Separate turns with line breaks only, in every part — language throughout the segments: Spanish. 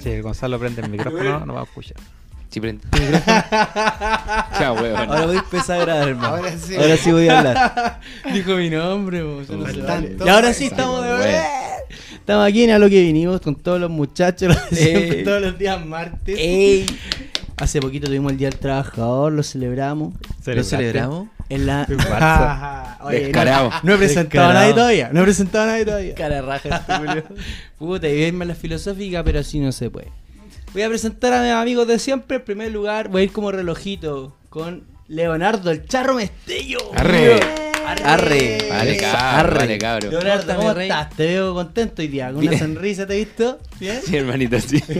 Sí, Gonzalo prende el micrófono, no va a escuchar.
Si prende el micrófono. Chao, weón.
Ahora voy a empezar a grabar, hermano.
Ahora sí.
Ahora sí voy a hablar.
Dijo mi nombre, po, eso no se
Faltan
vale.
todos
Y ahora sí
Exacto,
estamos de
weón.
vuelta. Estamos aquí en a lo que vinimos con todos los muchachos. lo de siempre,
Siempre,
todos
todos los días martes.
los- Ey. Hace poquito tuvimos el Día del Trabajador, lo celebramos.
¿Celebraste?
En la...
Ah, oye,
Descarado.
No, no he presentado a
Descarado.
nadie todavía. No he presentado a nadie todavía.
Cara raja este culiao. Puta, y bien la filosófica, pero así no se puede. Voy a presentar a mis amigos de siempre. En primer lugar, voy a ir como relojito con Leonardo el Charro Mestello.
Arre.
Arre.
Vale, cabrón. Vale, cabrón.
Leonardo, ¿cómo
Córtame,
estás? Te veo contento hoy día. Con una
Bien.
sonrisa te he visto. ¿Bien?
Sí, hermanito, sí. Sí,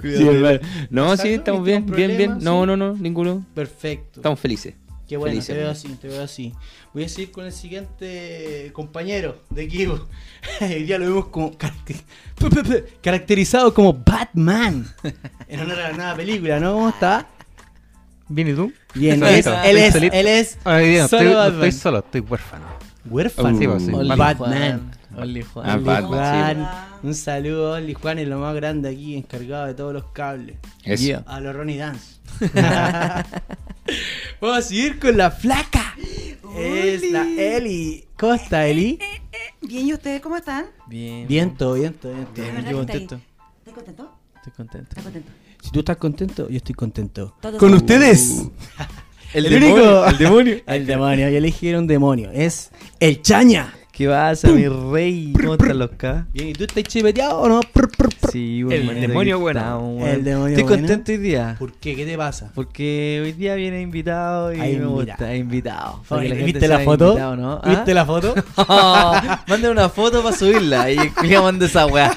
hermano. No, sí,
Exacto,
estamos
ningún
bien, bien, bien.
problema,
No,
sí.
no, no, ninguno.
Perfecto.
Estamos felices.
Qué bueno,
Felices,
te veo
hermano.
así, te veo así. Voy a seguir con el siguiente compañero de equipo. Hoy día lo vemos como caracter- pu- pu- pu- caracterizado como Batman. En honor a la nueva película, ¿no? ¿Cómo está?
¿Bien y tú?
Bien, él es,
Solito,
él es,
estoy solito.
él es
Ahora hoy día no
solo
estoy, no
Batman.
estoy solo, estoy huérfano.
huérfano.
Sí, pues, sí.
Only
Batman.
Juan. Only Juan.
Ah,
Only
Batman,
Juan. Un saludo a Only Juan, es lo más grande aquí, encargado de todos los cables.
Eso.
Yeah.
A los Ronnie Dance. Vamos a seguir con la flaca. Es la Eli. ¿Cómo está Eli?
Eh, Bien, ¿y ustedes cómo están?
Bien.
Bien, todo bien, todo bien, todo
De
bien.
eh. verdad
yo
que está ahí.
contento.
¿Estás contento?
Estoy contento.
¿Estás contento?
Si tú estás contento, yo estoy contento.
Todos
Con
estamos-
ustedes.
El,
demonio, el
demonio.
El demonio, yo elegí era un demonio. Es el chaña.
¿Qué vas, mi rey? ¿Cómo están los K?
Bien, ¿y tú estás chiveteado o no? Prr, prr, prr.
Sí,
El
manito,
demonio
aquí
bueno.
estamos,
El
weón.
demonio
Estoy
bueno.
contento hoy día.
¿Por qué? ¿Qué te pasa?
Porque hoy día viene invitado y
Hay
me
invitado.
gusta, invitado. para que
Oye,
gente
¿Viste la
sea
foto?
invitado, ¿no? Ah.
¿Viste la foto?
la... Manden una foto para subirla y le manda esa weá.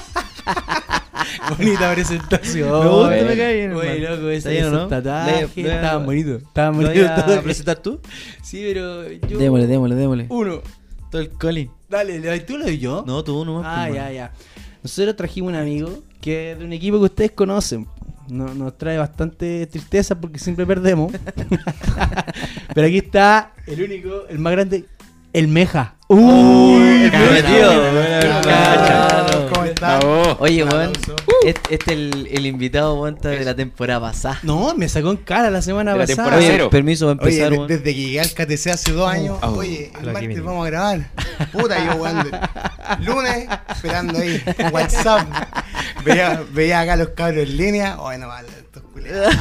Bonita presentación.
Me gusta, me cae bien,
Oye,
hermano.
loco,
Está
ese
bien, ¿o no?
tatuaje
Le- le-
estaban bonitos. Estaban
¿Lo vas
bonitos.
a presentar tú?
Sí, pero yo...
Démosle, démosle, démosle.
Uno.
Todo el coli.
Dale, ¿le- ¿tú lo doy yo?
No, tú nomás.
Ah,
pues,
ya,
man.
ya. Nosotros trajimos un amigo que es de un equipo que ustedes conocen. No- nos trae bastante tristeza porque siempre perdemos. Pero aquí está el único, el más grande, el Meja. ¡Uy!
el prometido. Buena,
Cacha.
hermano.
¿Cómo
estás? Oye, weón. Este, este el, el invitado, weón, está de la temporada pasada.
No, me sacó en cara la semana
De la
pasada.
temporada
Oye,
cero.
Permiso, va a
Oye,
empezar,
de-
weón.
desde que llegué al KTC hace dos años,
Oh,
oye,
a la
el
que
martes
vinimos.
vamos a grabar. Puta, yo, weón. Lunes, esperando ahí, WhatsApp. Veía, veía acá los cabros en línea. Oye, no vale, estos culiados.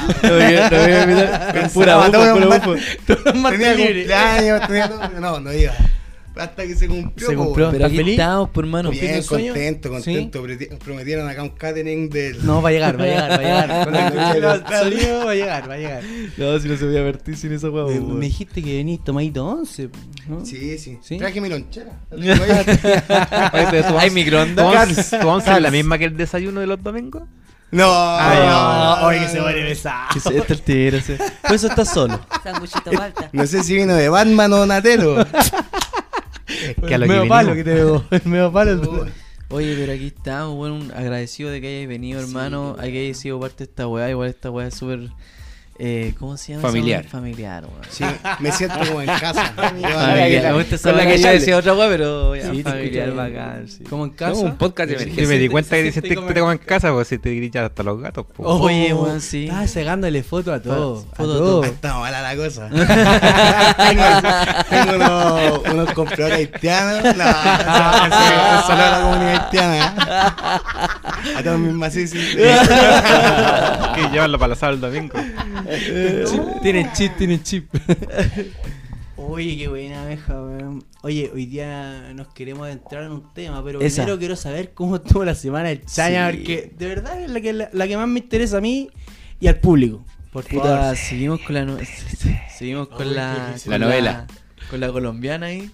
Pensaba, todo era un mar-
todos los martes
Tenía
libres.
cumpleaños, tenía todo, pero no, no iba. Hasta que se cumplió.
Se
po,
cumplió.
weón.
Pero aquí
¿Estás feliz?
estamos, por hermano.
¿Cumpliste
Bien,
el sueño?
contento,
¿Sí?
contento. Prometi- Prometieron acá un catering del.
No, va a llegar, va a llegar, va a llegar. Con el sonido va a llegar, va a llegar.
No, si no se voy a vertir sin esa weá,
Me, me dijiste que venís tomadito 11. ¿no?
Sí, sí,
¿Sí?
Traje mi lonchera. No iba.
Oye, pero tu
Hay
once-
microondas.
tu once-
Cars.
¿Tu once es la misma que el desayuno de los domingos?
No,
Ah,
no,
oye, que se va a besar.
Que se- Este es el tigre, ese. Por eso estás solo.
Sanguchito falta.
No sé si vino de Batman o Donatello.
Que a lo que
el Pues medio palo que
vinimos.
te pegó. El medio palo.
Uy.
Oye, pero aquí estamos, weón. un- Agradecido de que hayáis venido, hermano. Hay que hayáis sido parte de esta weá. Igual esta weá es súper. Eh, ¿Cómo se llama? esa weá?
Familiar.
Familiar, weón.
Sí, me siento como en casa.
Familiar. Me gusta esa weá, yo decía otra weá, pero. ya,
Sí, te
familiar,
escucho bien.
bacán. sí.
Como en casa.
No, un podcast de
Yo me
emergencia.
di cuenta que
se
te
siente
sentí
como
que te como en casa, porque si te gritas hasta los gatos, pues. po.
Oh, Oye, weón, sí.
Estaba sacándole foto a todo.
Foto
A
a
todo.
todo.
Está mala la cosa. tengo tengo unos, unos compradores haitianos. No, eso, eso no es la comunidad haitiana. A todos mis macices.
que llevarlo para la sala el domingo.
Tiene chip, tiene chip. Oye, qué buena abeja, weón. Oye, hoy día nos queremos adentrar en un tema, pero
Esa.
primero quiero saber cómo estuvo la semana del Chaya,
Sí.
porque de verdad es la que, la, la que más me interesa a mí y al público. Por
Puta,
favor.
seguimos con la. no- Seguimos
Ay,
con la.
qué
con
La novela.
Con la colombiana ahí.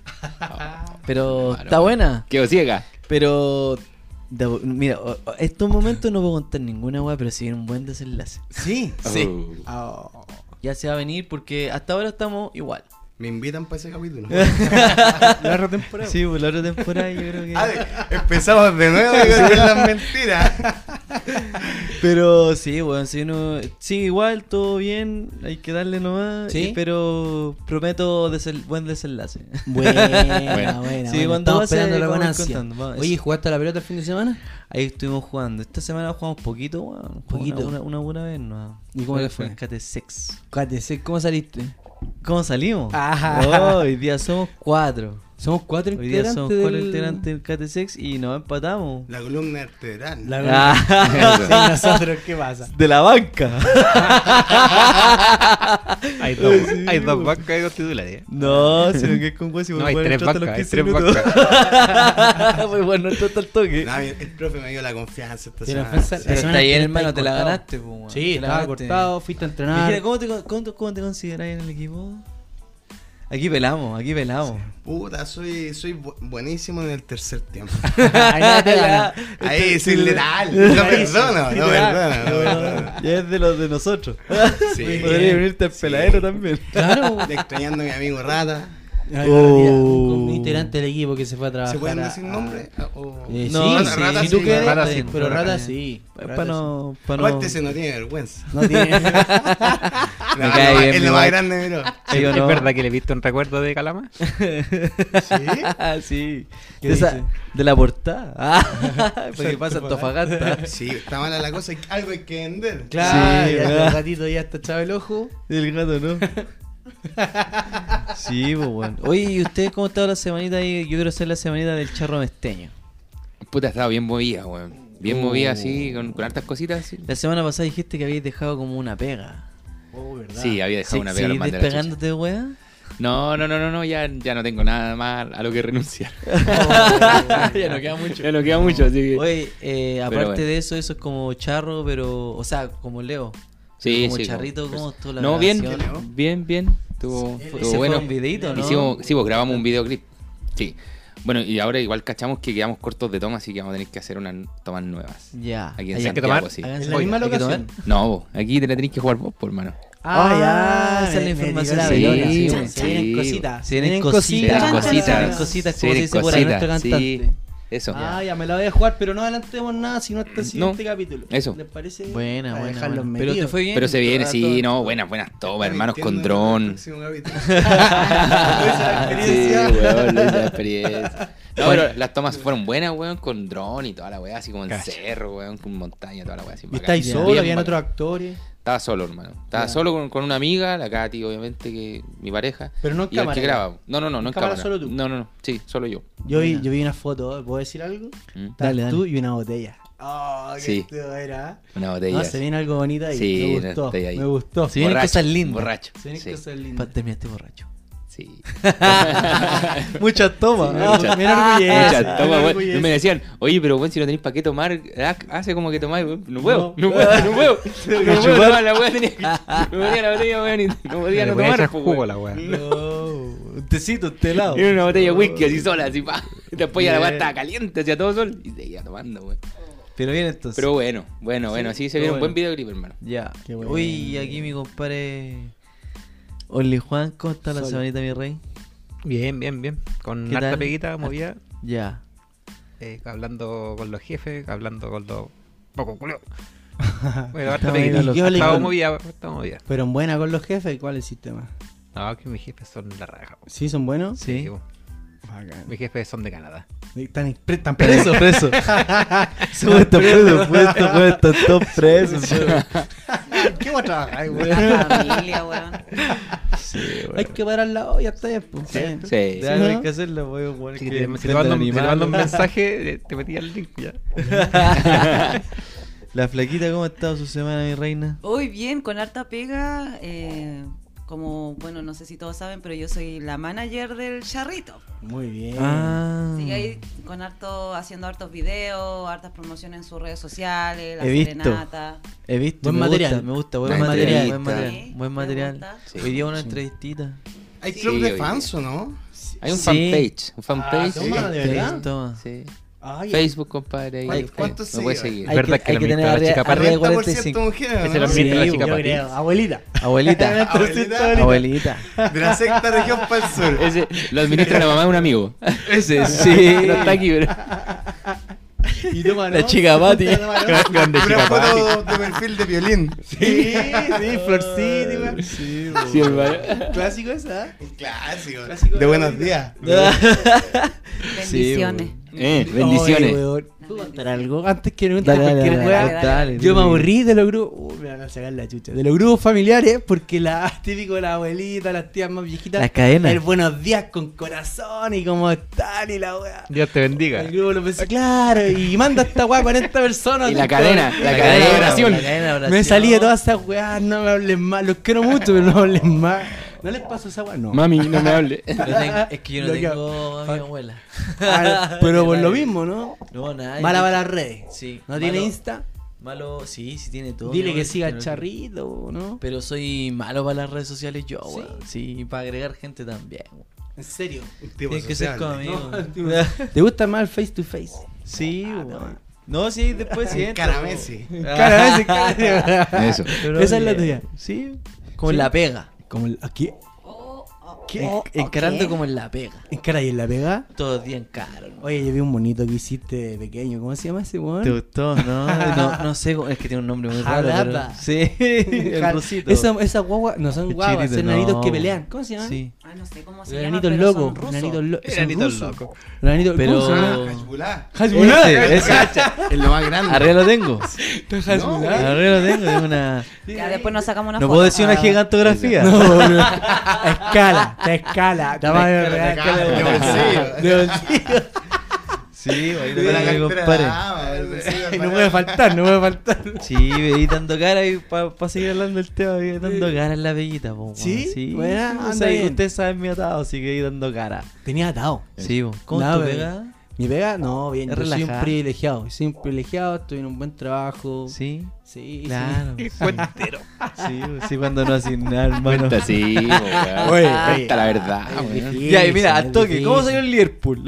Pero está buena.
Quedo ciega.
Pero. da- Mira, o- o- estos momentos no puedo contar ninguna weá, pero sí viene un buen desenlace.
Sí.
Sí.
Oh.
Oh.
Ya se va a venir porque hasta ahora estamos igual.
Me invitan para ese capítulo.
La otra temporada.
Sí, por la otra temporada yo creo que.
Ah, de- empezamos de nuevo con las mentiras.
Pero sí, weón, si uno sigue igual, todo bien, hay que darle nomás.
¿Sí?
y- Pero prometo desel- buen desenlace.
Buena, buena,
Sí,
buena.
cuando
Estamos
pase,
esperando la
como
buena
voy
ansia.
contando, va,
Oye,
eso.
¿jugaste a la pelota el fin de semana?
Ahí estuvimos jugando. Esta semana jugamos poquito, weón.
Poquito.
Una, una buena vez, ¿no?
¿Y cómo le fue?
Rescate sex.
Cállate, ¿cómo saliste?
¿Cómo salimos?
Ajá.
Oh, hoy día somos cuatro.
Somos cuatro
Hoy día
integrantes.
somos cuatro
del-
integrantes del KT6 y nos empatamos.
La columna vertebral.
La
Ah.
Sí, nosotros, ¿qué pasa?
De la banca.
Hay dos, hay dos bancas y dos titulares. ¿eh?
No, sino que es con hueso y
No, hay
pues, bueno,
tres
entraste a
bancas, hay
los 15
tres
minutos.
bancas.
Pues bueno, entraste al toque.
No, el profe me dio la confianza esta
Te la
semana.
fuerza- la
Pero
semana
está ahí,
anterior
hermano, te la
cortado.
ganaste, po, weón.
Sí,
Te la
estaba
ganaste.
cortado, fuiste a entrenar.
Dijera, ¿cómo te, con- cómo, te- cómo te consideras en el equipo? Aquí pelamos, aquí pelamos.
Puta, soy, soy bu- buenísimo en el tercer tiempo.
Ahí nada te gana.
Ahí soy letal. No perdono, no perdono, no perdono.
ya es de los de nosotros.
Sí.
Podría venirte al
Sí.
peladero también.
Claro.
Extrañando a mi amigo Rata.
Ay,
Oh.
mira, un, un integrante del equipo que se fue a trabajar.
¿Se pueden
a-
decir nombre? Ah, oh. O-
Eh,
No,
sí,
sí,
Rata
Rata
si tú
sí,
quieres,
Rata
está
sí,
bien, pero
Rata
Rata
sí.
sí. Rata
Para no. Pa no...
Aparte se no tiene vergüenza.
sí. No tiene.
No,
Me
es
cae
lo-
bien,
es
mi
lo más
guay.
grande, pero.
¿Sí o
¿Es
no?
verdad que le viste un recuerdo de Calama?
¿Sí?
Ah, sí.
¿Qué
De, esa-
dice?
de la portada. Ah, porque pasa Antofagasta.
Sí, está mala la cosa, algo hay que vender.
Claro,
Sí,
ya
¿verdad?
el ratito ya está echado el ojo.
El gato, ¿no? sí, pues bueno. Oye, ¿y ustedes cómo ha estado la semanita ahí? Yo quiero hacer la semanita del charro mesteño.
Puta, estaba bien movida, weón. Bien
Oh.
movida así, con, con hartas cositas. Sí,
La semana pasada dijiste que habías dejado como una pega.
Oh, verdad.
Sí, había dejado
Sí,
una pega
sí,
al man de la
despegándote, de wea?
chucha. No, no, no, no, no ya, ya no tengo nada más a lo que renunciar.
ya no queda mucho.
ya no queda mucho, así que.
Oye, eh, aparte
bueno.
de eso, eso es como charro, pero. O sea, como Leo.
Sí,
como
sí,
charrito, ¿cómo estuvo la
No, bien,
grabación?
bien, bien. Estuvo,
Ese
estuvo
fue
bueno.
un videíto, ¿no?
Hicimos, sí, pues grabamos un videoclip. Sí. Bueno, y ahora igual cachamos que quedamos cortos de toma, así que vamos a tener que hacer unas tomas nuevas.
Ya.
Aquí en
Hay
Santiago,
tomar-
sí.
Háganse-
En la misma
¿hay que
locación.
tomar?
No, vos, aquí te la tenés que jugar vos, por hermano.
Ah,
Ah,
esa es la
me- me
información.
tiró la
Sí,
veloria, sí,
bueno,
Se vienen
sí.
cositas.
Se vienen
Se vienen
cositas.
cositas.
Se vienen cositas,
Se
como se
vienen
dice por ahí nuestro
cositas,
cantante.
sí. Eso.
Ah, ya me la voy a jugar, pero no adelantemos nada, sino hasta el siguiente
No,
capítulo.
eso.
¿Les parece?
Buena,
Para
buena,
dejarlos
buena. Pero
metidos.
te fue bien.
Pero se viene,
Todo-
sí, no, buenas, buenas tomas, hermanos con dron. Sí,
Esa experiencia.
weón, lo hice la experiencia. No, pero las tomas fueron buenas, weón, con dron y toda la weá, así como en
Cacha.
cerro, weón, con montaña, toda la weá. así
Y
bacán.
estáis
Bien
solos, habían
bacán.
otros actores.
Estaba solo, hermano. Estaba
Ya.
solo con, con una amiga, la Katy, obviamente, que mi pareja.
Pero no en
y el
cámara.
que graba. No, no, no,
En
no en
cámara
cámara.
solo tú.
No, no, no. Sí, solo yo.
Yo vi, yo vi una foto, ¿puedo decir algo?
Mm.
Estás
Dale, dale.
tú y una botella. Oh, qué
Sí.
esto era.
Una botella.
No, Ah, se viene algo bonito ahí.
Sí,
me
no,
gustó.
estoy ahí.
Me gustó.
Se vienen
Borracho,
cosas lindas.
Borracho.
Se vienen
sí,
cosas
Ah, Pa-
lindas.
Terminaste borracho.
sí.
Muchas tomas.
Sí, muchas.
me enorgullece,
Mucha
Ah, me
toma, weón.
enorgullece.
Y me decían, oye, pero weón, si no tenéis para qué tomar, ah, hace como que tomáis, weón. No puedo,
No.
no, puedo, no puedo.
Tengo que
No puedo
chupar.
tomar la weá, tenía que. Me ponía la botella, weón, y no podía
Le
no
voy a
tomar.
echar
po,
jugo
weón.
a la weá.
¿Mm? No, un tecito, un helado.
Era una botella de whisky así sola, así pa. Y Después ya la weá estaba caliente, hacía todo sol. Y seguía tomando, weón.
Pero bien entonces.
Pero bueno, bueno, bueno, sí, se
todo
vio un buen
bueno.
videoclip, hermano.
Ya.
Qué bueno.
Uy, aquí mi compadre. Oli Juan, ¿cómo está la
Sol.
semanita, mi rey?
Bien, bien, bien. Con
¿Qué
harta
tal?
peguita movida,
Ya.
eh, hablando con los jefes, hablando con los poco culo. Bueno, harta
Ah, Estaba
peguita.
ahí los-
Estaba
con-
movida, estaba movida.
Pero en buena con los jefes, ¿cuál es el sistema?
No, que mis jefes son la raja. po.
¿Sí son buenos?
Sí.
po. Mis jefes son de Canadá.
Están pre- están
Preso,
presos.
preso. Supuesto, preso, puesto, puesto, top preso.
¿Qué va a trabajar, güey?
La familia, weón.
Hay que parar la olla hasta después. Sí.
Sí.
Ya no hay
¿no?
que hacerlo, weón. weón,
Si te,
que
si te
tratan
mando, un- si te
animales.
mando un mensaje, eh, te metí al link ya.
La flaquita, ¿cómo ha estado su semana, mi reina?
Hoy bien, con harta pega. eh, como, bueno, no sé si todos saben, pero yo soy la manager del charrito.
Muy bien.
Ah.
Sigue ahí con harto, haciendo hartos videos, hartas promociones en sus redes sociales, la
He visto.
serenata.
He visto.
Buen
me
material.
Gusta, me gusta, buen
Buen
material. Buen
material.
material.
Sí,
buen
me
material.
gusta.
Sí,
Hoy día una
sí.
entrevistita.
Hay
Sí,
club de
oye.
fans, ¿o no?
Hay un
Sí.
fanpage, un
Ah,
fanpage.
toma, ¿de
Sí,
verdad?
toma.
Sí.
Ay,
Facebook, compadre. ahí,
¿Cuántos
eh, Me puedes
seguidores?
seguir.
Hay- ¿Verdad que la mitad de la chica
arriba de
40%
45.
Ese
mujeres,
era
¿no?
el ambiente de la chica
yo
Pati.
creo. Abuelita.
Abuelita.
Ah,
Abuelita,
Abuelita.
Ah, De la sexta región para el sur.
Ese lo administra la mamá de un amigo.
Ese,
No está aquí, pero.
Y toma,
La chica Pati.
Gran-
Ah,
Grande
Una
chica Pati.
foto de perfil de violín.
Sí, sí, Florcita, weón.
Sí,
Sí, hermano.
Clásico esa. ¿eh?
Clásico.
Clásico de
De buenos
Navidad.
días.
Bendiciones.
Eh,
Ay,
bendiciones.
weón. ¿Puedo contar algo? Antes que preguntes
Dale, dale,
cualquier
dale,
weá,
dale, dale.
Yo me aburrí de los grupos. Uh, me van a sacar la chucha. De los grupos familiares, porque la típico de la abuelita, las tías más viejitas.
Las cadenas.
El buenos días con corazón y cómo están y la weá.
Dios te bendiga.
El grupo lo pensé, claro, y manda esta weá a 40 personas.
Y la
Todo-
cadena, la, cadena, de oración.
Me salí de todas esas weas, no me hablen más. Los quiero mucho, pero no me hablen más. ¿No les pasó esa wea? No.
Mami, no me hable.
Es que yo no
Lo que-
tengo a mi abuela.
Ah, pero por lo mismo, ¿no?
No, nada.
Mala
yo-
para las redes.
Sí.
¿No tiene
malo-
Insta?
Malo, sí, sí tiene todo. mi
Dile que
abuela,
siga
pero-
charrito, ¿no?
Pero soy malo para las redes sociales yo,
¿Sí?
weón. Sí, y para agregar gente también, weón.
En serio.
Tienes que ser conmigo.
¿Te gusta más el face to face?
Sí,
Ah,
weón. No, sí, después sí entra,
Cara
weón.
Messi.
Ah,
Cara, ese, cara.
Eso.
pero
Esa es la tuya.
bien. Sí. Como en la pega.
Como el, aquí,
Oh, oh.
¿Qué?
En- Encarando como en la pega.
en cara y en la pega.
Todos los días encaro. weón.
Oye, yo vi un monito que hiciste de pequeño. ¿Cómo se llama ese
¿Te
weón?
gustó? No, no, no sé, cómo- es que tiene un nombre muy raro.
Jalapa.
pero- Sí, el rusito.
Esa, esa guagua, no son
El
guaguas,
chirito,
son nanitos
no.
que pelean. ¿Cómo se llaman?
Sí,
Ah, no sé cómo
Los
se llama,
enanitos
pero
locos.
son
Los
rusos.
enanitos lo- son
Enanitos
rusos.
locos.
Los enanitos
Pero-
¿cómo se llama?
Hachibulá.
Hasbulá.
Ese, ese.
Es lo más grande.
Arriba lo tengo.
No, güey.
Arriba lo tengo. Es una...
Ya después nos sacamos una
No
foto. Ah.
puedo decir una gigantografía.
No, boludo. A escala, a escala. Está más de
escala,
real que
de
la-
bolsillo.
de bolsillo.
Sí, ahí
De la
lo tengo,
cartera,
compadre.
ah, el bolsillo,
No puede faltar, no puede faltar.
Sí, veí dando cara y para seguir hablando del tema, veí dando cara en la bellita, po, weón.
¿Sí?
sí.
Buena,
o
anda
sea,
bien.
ustedes saben mi atado, así que ahí dando cara.
Tenía atado.
Sí, po. ¿cómo
No,
tú
pero-
pegada?
Mi pega, no, bien.
Es
Yo soy un
relajada.
privilegiado. Soy un privilegiado, estoy en un buen trabajo. Sí,
Sí,
sí.
claro. Sí,
Cuentero.
po, sí, cuando no hacen nada, hermano.
Cuenta sí, po, weón.
Oye,
Cuenta
oye.
la verdad,
Ay,
weón.
difícil,
Ya, y mira, al
es
toque, ¿cómo
difícil.
salió el Liverpool?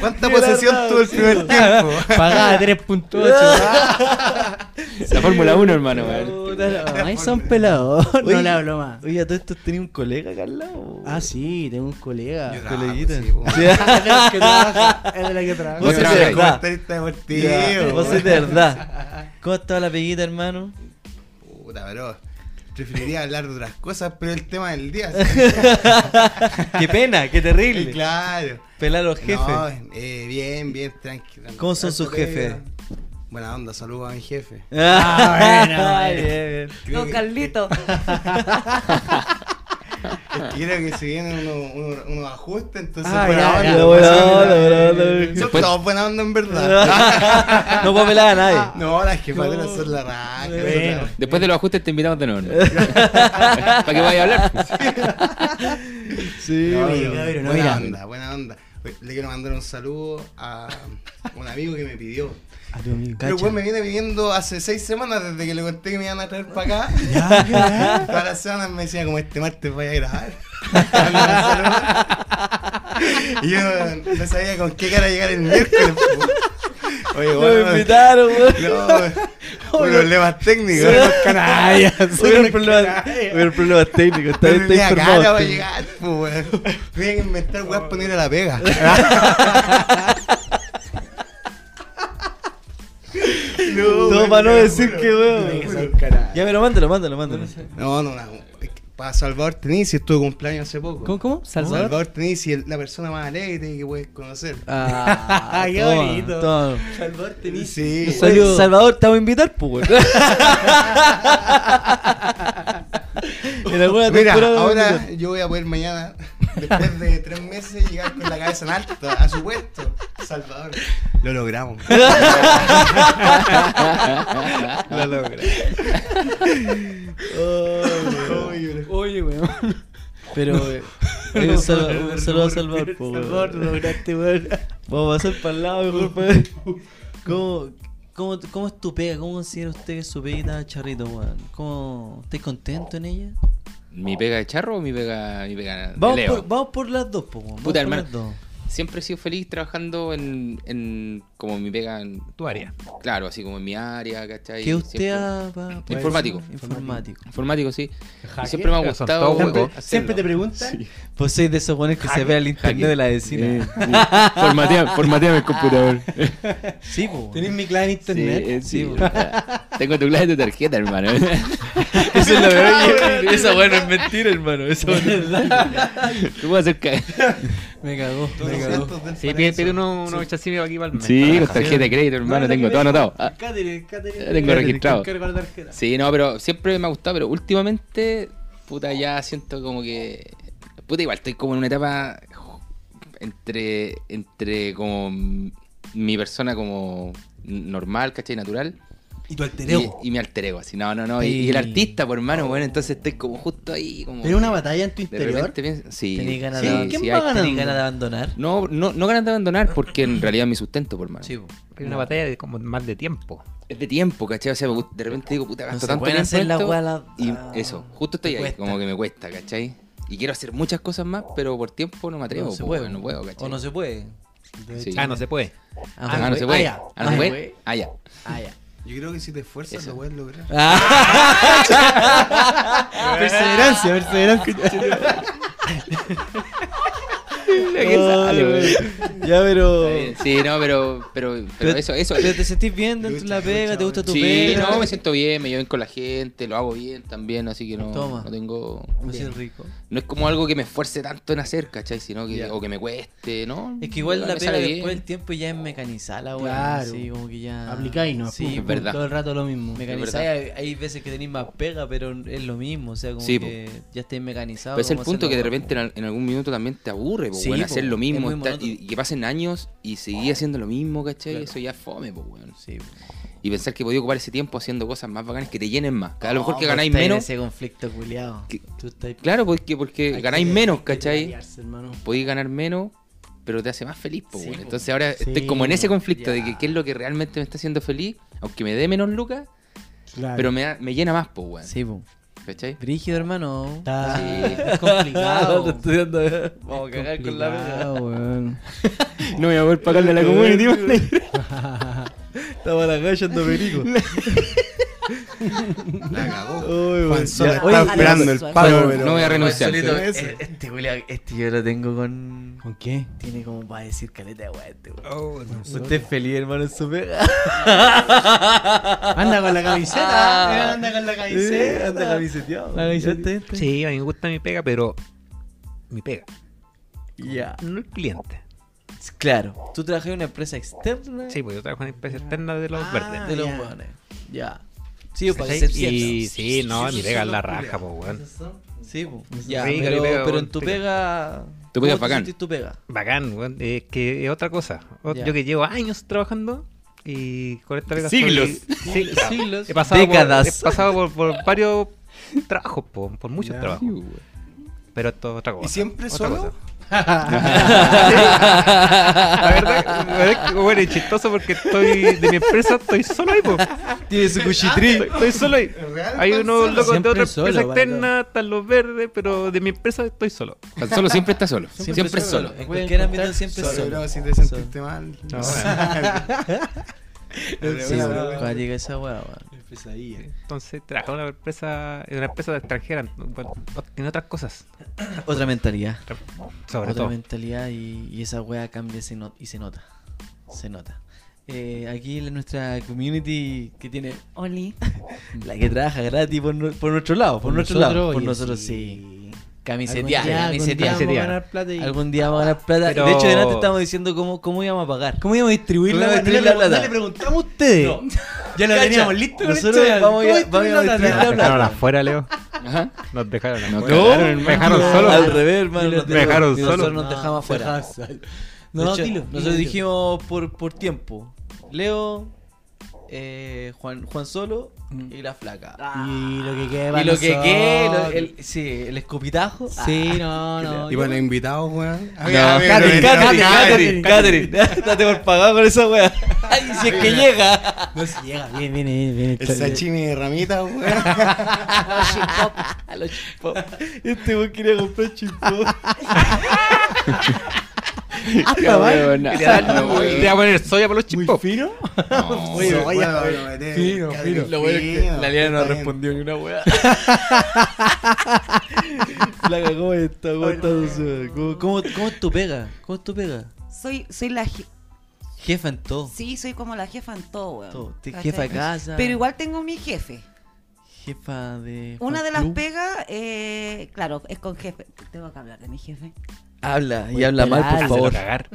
¿Cuánta posesión tuvo el primer tiempo?
Pagaba 3.8.
La Fórmula 1, hermano, weón.
Puta, Ahí son pelados. No
Oye.
le hablo más.
Oye, ¿tú esto tenía un colega acá al lado?
Ah, sí, tengo un colega.
Yo
Es
trabajo,
Coleguita. ah.
sí, po.
de la que trabaja. Es de la que trabaja.
Vos
Vos
sois
eres
de
verdad.
el comentarista
Ya,
deportivo.
Vos sois de verdad. ¿Cómo estaba la peguita, hermano?
Puta, bro. Preferiría hablar de otras cosas, pero el tema del día.
Qué pena, qué terrible.
claro.
Pelar a los jefes.
No, eh, bien, bien, tranqui. tranqui.
¿Cómo son
Harto
sus jefes?
pega. Buena onda, saludos a mi jefe.
Ah,
bueno,
bien, bien.
Creo
Don
que-
Carlito.
Creo que se vienen unos unos- unos ajustes, entonces
Ah,
buena
ya,
onda.
ya,
son-
buena
onda, buena onda.
Son
Después-
todos buena onda en verdad.
No puedo pelar a nadie.
No, las jefaturas son la raja.
Bueno.
puta.
Después de los ajustes te invitamos de nuevo. ¿no? Para que vaya a hablar.
Sí,
No,
oye,
no,
cabrón, no,
buena
mira.
onda, buena onda. Oye, Le quiero mandar un saludo a un amigo que me pidió.
A tu amigo.
Pero weón me viene pidiendo hace seis semanas desde que le conté que me iban a traer para acá. Todas las semanas me decía como este martes voy a grabar. y yo no sabía con qué cara llegar el miércoles. po. Oye,
Lo
bueno,
invitaron, weón.
no, por problemas técnicos.
Canalla.
Hubieron problemas, hubieron problemas técnicos. Está
Pero
bien,
tenía
está
cara
informado.
para llegar, po, weón. Tenía que inventar weas para ir a la pega.
No,
weón,
para no
te lo
decir
juro,
que, weón.
te lo juro.
Ya, pero mándalo, mándalo, mándalo.
No, no, no. Es que Para Salvador Tenisi estuvo cumpleaños hace poco.
¿Cómo, cómo?
Salvador,
¿Salvador?
Tenisi es la persona más alegre que puedes conocer.
Ah,
Qué
toma,
bonito.
toma.
Salvador Tenis.
Sí.
Soy- Salió-
Oye, Salvador, te vamos a invitar, pues, weón. En alguna
Mira,
temporada, weón.
ahora yo voy a poder mañana, después de tres meses, llegar con la cabeza en alto a su puesto. Salvador. Lo logramos.
Lo logra.
Oye,
Oye, weón.
Pero, eh, oye, un saludo un saludo a Salvador, po, weón.
Salvador, lo lograste, weón.
Vamos a pasar para el lado, mejor para ¿Cómo, cómo, ¿Cómo es tu pega? ¿Cómo considera usted que es su peguita, Charrito, weón? ¿Cómo, ¿Estás contento en ella?
¿Mi pega de charro o mi pega, mi pega de
Vamos
Leo?
por, vamos por las dos, po, weón. Vamos
Puta,
por
hermano.
las dos.
siempre he sido feliz trabajando en, en como mi pega, en-
Tu área.
claro, así como en mi área, ¿cachai?
¿Qué usted
Siempre-
ha... pa- puede
Informático.
ser? Informático.
Informático, sí.
Hacker.
Siempre me ha
Pero son
gustado.
todos
weón.
huecos.
Siempre, siempre te preguntan.
Pues soy de esos buenos que se ve al internet de la vecina.
Formatea, el computador.
Sí, po.
¿Tenés mi clave en
este
internet?
sí, Tengo tu clase de tarjeta, hermano.
Eso es lo verdad. Esa weá no es mentira, hermano. Esa weá no es
¿Cómo hacer ca-
Me cagó, me cagó.
Sí, pide, pide uno, uno chasime aquí para el mes.
Sí, con tarjeta de crédito, hermano, tengo todo anotado. Ah,
Catherine, Catherine.
Ya tengo registrado.
Cargo la tarjeta.
Sí, no, pero siempre me ha gustado, pero últimamente, puta, ya siento como que. Puta, igual estoy como en una etapa jo, entre. entre como m- mi persona como normal, ¿cachai? Natural.
Y tu alter
Y,
ego.
y mi alter ego, así, no, no, no. Y, y el
Sí.
artista, por hermano, bueno, entonces estoy como justo ahí. Como
¿Tenés una batalla en tu
De
interior?
repente pienso- sí.
¿Tenés ganas
sí,
de
sí,
¿Quién
hay-
va ganando? ¿Tenés ganas de abandonar?
No, no, no ganas de abandonar porque en realidad es mi sustento, por hermano.
Sí, po.
Pero una batalla de como más de tiempo.
Es de tiempo, ¿cachai? O sea, me gu- de repente digo, puta,
No
gasto
se
tanto
pueden
tiempo
hacer
en
las
esto,
weas las- ah,
Y eso, justo estoy
te
ahí,
cuesta.
como que me cuesta, ¿cachai? Y quiero hacer muchas cosas más, pero por tiempo no me atrevo,
no se
po,
puede.
weón, no puedo, ¿cachai?
O no se puede.
Sí.
Ah, no se puede.
Ah, no se puede. Ah, no se puede. Ah, ya.
Ah, ya.
Yo creo que si te esfuerzas
Eso.
lo puedes lograr.
Ah, perseverancia, perseverancia. ya, pero.
Está bien. Eh, Sí, no, pero, pero, Ah, pero, eso, eso.
Oh. Pero te sentís bien dentro de la
Lucha,
pega,
lucha,
te gusta tu
sí,
pega.
no, me siento bien, me llevo bien con la gente, lo hago bien también, así que no,
Toma.
no tengo...
Me siento rico.
No es como algo que me esfuerce tanto en hacer, ¿cachai? Sino que, o que me cueste, ¿no? Ah,
Es que igual la
Me
pega
sale bien.
después del tiempo ya es mecanizar la weá.
Claro.
Sí, como que ya.
Aplicáis, ¿no?
Sí,
Es
po,
verdad.
todo el rato lo mismo.
Es
Mecanizáis, hay, hay veces que tenéis más pega, pero es lo mismo. O sea, como
Sí, po.
que ya estáis mecanizados.
Pero es el
como
punto
hacerlo
que de
más.
repente en, al- en algún minuto también te aburre, pues,
Sí, po,
hacer lo
es
mismo
muy
estar- y,
monótono.
y que pasen años y seguir haciendo lo mismo, ¿cachai? Eso ya es fome, pues, weón.
Sí, po.
Y pensar que podía ocupar ese tiempo haciendo cosas más bacanas que te llenen más. Que a lo mejor
No,
que
Ah, pero
ganáis
estáis en
menos.
Ese conflicto culiado.
Que-
Tú estás
Claro, porque, porque
Hay
ganáis
que-
menos,
hay que
¿cachai?
pelearse, hermano.
Podéis ganar menos, pero te hace más feliz, pues,
Sí,
weón.
po.
Entonces ahora
Sí,
estoy como en
pues,
ese conflicto de que
ya.
qué es lo que realmente me está haciendo feliz, aunque me dé menos lucas,
Claro.
pero me, da- me llena más, pues, weón.
Sí, po.
¿Cachai?
Brígido, hermano.
Está
Es complicado.
Te estoy
Vamos a cagar con la pega.
complicado, weón.
No voy a poder pagarle a la community,
Estaba la agachando perico.
La cagó.
Uy,
Juan Sola
Oye,
está esperando el
Juan
pago,
Sola.
pero...
No voy a renunciar.
Juan Solito,
Eh, Este culiao, este yo lo tengo con.
¿Con qué?
Tiene como para decir caleta de weá este weón.
Oh, no.
Usted es feliz, hermano, en su pega.
Anda con la camiseta. Anda con la
Eh,
camiseta.
Anda camiseteado.
La camiseta.
Sí, a mí me gusta mi pega, pero mi pega,
Ya.
no el cliente.
Claro. Tú trabajas en una empresa externa
Sí, porque yo trabajo en empresa externa de los
Ah.
verdes.
de los
ya.
hueones. Ya. Sí, pues, para
¿Cachai?
ser
Y
cierto.
sí, no,
sí,
mi
sí,
pega es
sí,
la
sí,
raja,
sí.
pues, weón.
Sí, po. Ya,
Sí,
pero,
Caribe,
pero en tu
Caribe.
pega.
Tu pega es
¿cómo te
bacán.
sentís tu pega.
Bacán, weón. Eh, que es otra cosa. O-
Ya.
Yo que llevo años trabajando y con esta pega.
Siglos.
soy- sí, claro.
Siglos.
He pasado
Décadas.
Por, he pasado por, por varios trabajos, po, por muchos
Ya.
trabajos. Pero esto es otra cosa.
¿Y siempre
otra
solo?
cosa. La verdad, la verdad que, bueno, es chistoso porque estoy de mi empresa, estoy solo ahí, po.
Tiene su cuchitrín.
Estoy, estoy solo ahí.
Real
Hay
Juan
unos
Sola.
locos de
Siempre
otra
solo,
empresa
vale,
externa, están los verdes, pero de mi empresa estoy solo.
Tan solo siempre está solo. Siempre,
Siempre
es solo.
solo. En cualquier ámbito siempre
Solo,
solo.
bro, si te sentiste mal.
No,
Sí, bro. Cuando llega esa weá, weón. eh.
Entonces trabajo en una empresa, en una empresa extranjera, bueno, en otras cosas,
Otra mentalidad.
sobre
otra
todo.
mentalidad y, y esa wea cambia se not- y se nota. Se nota. Eh, aquí la- nuestra community que tiene
Oli.
la que trabaja gratis por, nu- por nuestro lado, por, nuestro lado, por
oye,
nosotros sí. Camisetear,
Algún día- algún día vamos
camisetear.
a
Camisetear.
ganar plata y-
Algún día vamos a ganar plata.
Pero-
De hecho, delante estábamos diciendo cómo, cómo íbamos a pagar.
¿Cómo íbamos a distribuir
¿Cómo
la,
íbamos a
no le-
distribuir la
no
plata?
le preguntamos a ustedes.
No.
Ya lo
Cacha,
teníamos listo. con
nosotros
esto,
vamos
¿cómo
a-
distribuir
vamos a
la
distribuir
plata?
Nos dejaron afuera, Leo.
Ajá.
Nos dejaron
No,
afuera.
claro, hermano.
me dejaron solo.
Al revés,
Ni
hermano. nos
los-
Me dejaron
ni Nosotros
solo.
nos dejamos afuera.
dejamos solo.
De
No,
hecho,
dilo, dilo,
Nosotros
dilo.
dijimos por, por tiempo. Leo, eh, Juan, Juan Solo y la flaca.
Y lo que quede
y
para
lo que
nosotros.
quede, lo- el, sí, el Ah, escopitajo.
Sí, no, no.
Y bueno, invitados, weón. Ah,
No,
ya,
Catherine,
pero
Catherine,
invitados.
Catherine, Catherine,
Catherine,
Catherine. Date por pagado con esa wea. Y si es que llega.
No se llega. Bien, bien, bien. bien
El sashimi de ramita, weón.
A los chimpos. Este weón quería comprar chimpos.
Hasta abajo.
Weona.
No, güey, Te voy a poner soya para los chimpos.
fino?
No,
Oye,
Oye,
bueno,
bueno,
lo meté.
fino,
Cabrón,
fino.
Lo bueno es que
fino,
la Liana no
está bien.
respondió ni una weá.
La cagó esta, cómo está su- ¿Cómo, cómo, cómo es tu pega? ¿Cómo es tu pega?
Soy, soy la je-
Jefa en todo.
sí, soy como la jefa en todo, weón.
Todo. Te-
¿Cachai?
Jefa de casa.
Pero igual tengo mi jefe.
Jefa de.
Una
fan
de las
club.
pegas, eh, claro, es con jefe. Tengo que hablar de mi jefe.
Habla, y
Voy a
habla mal, por
pelarlo.
favor.
Cagar.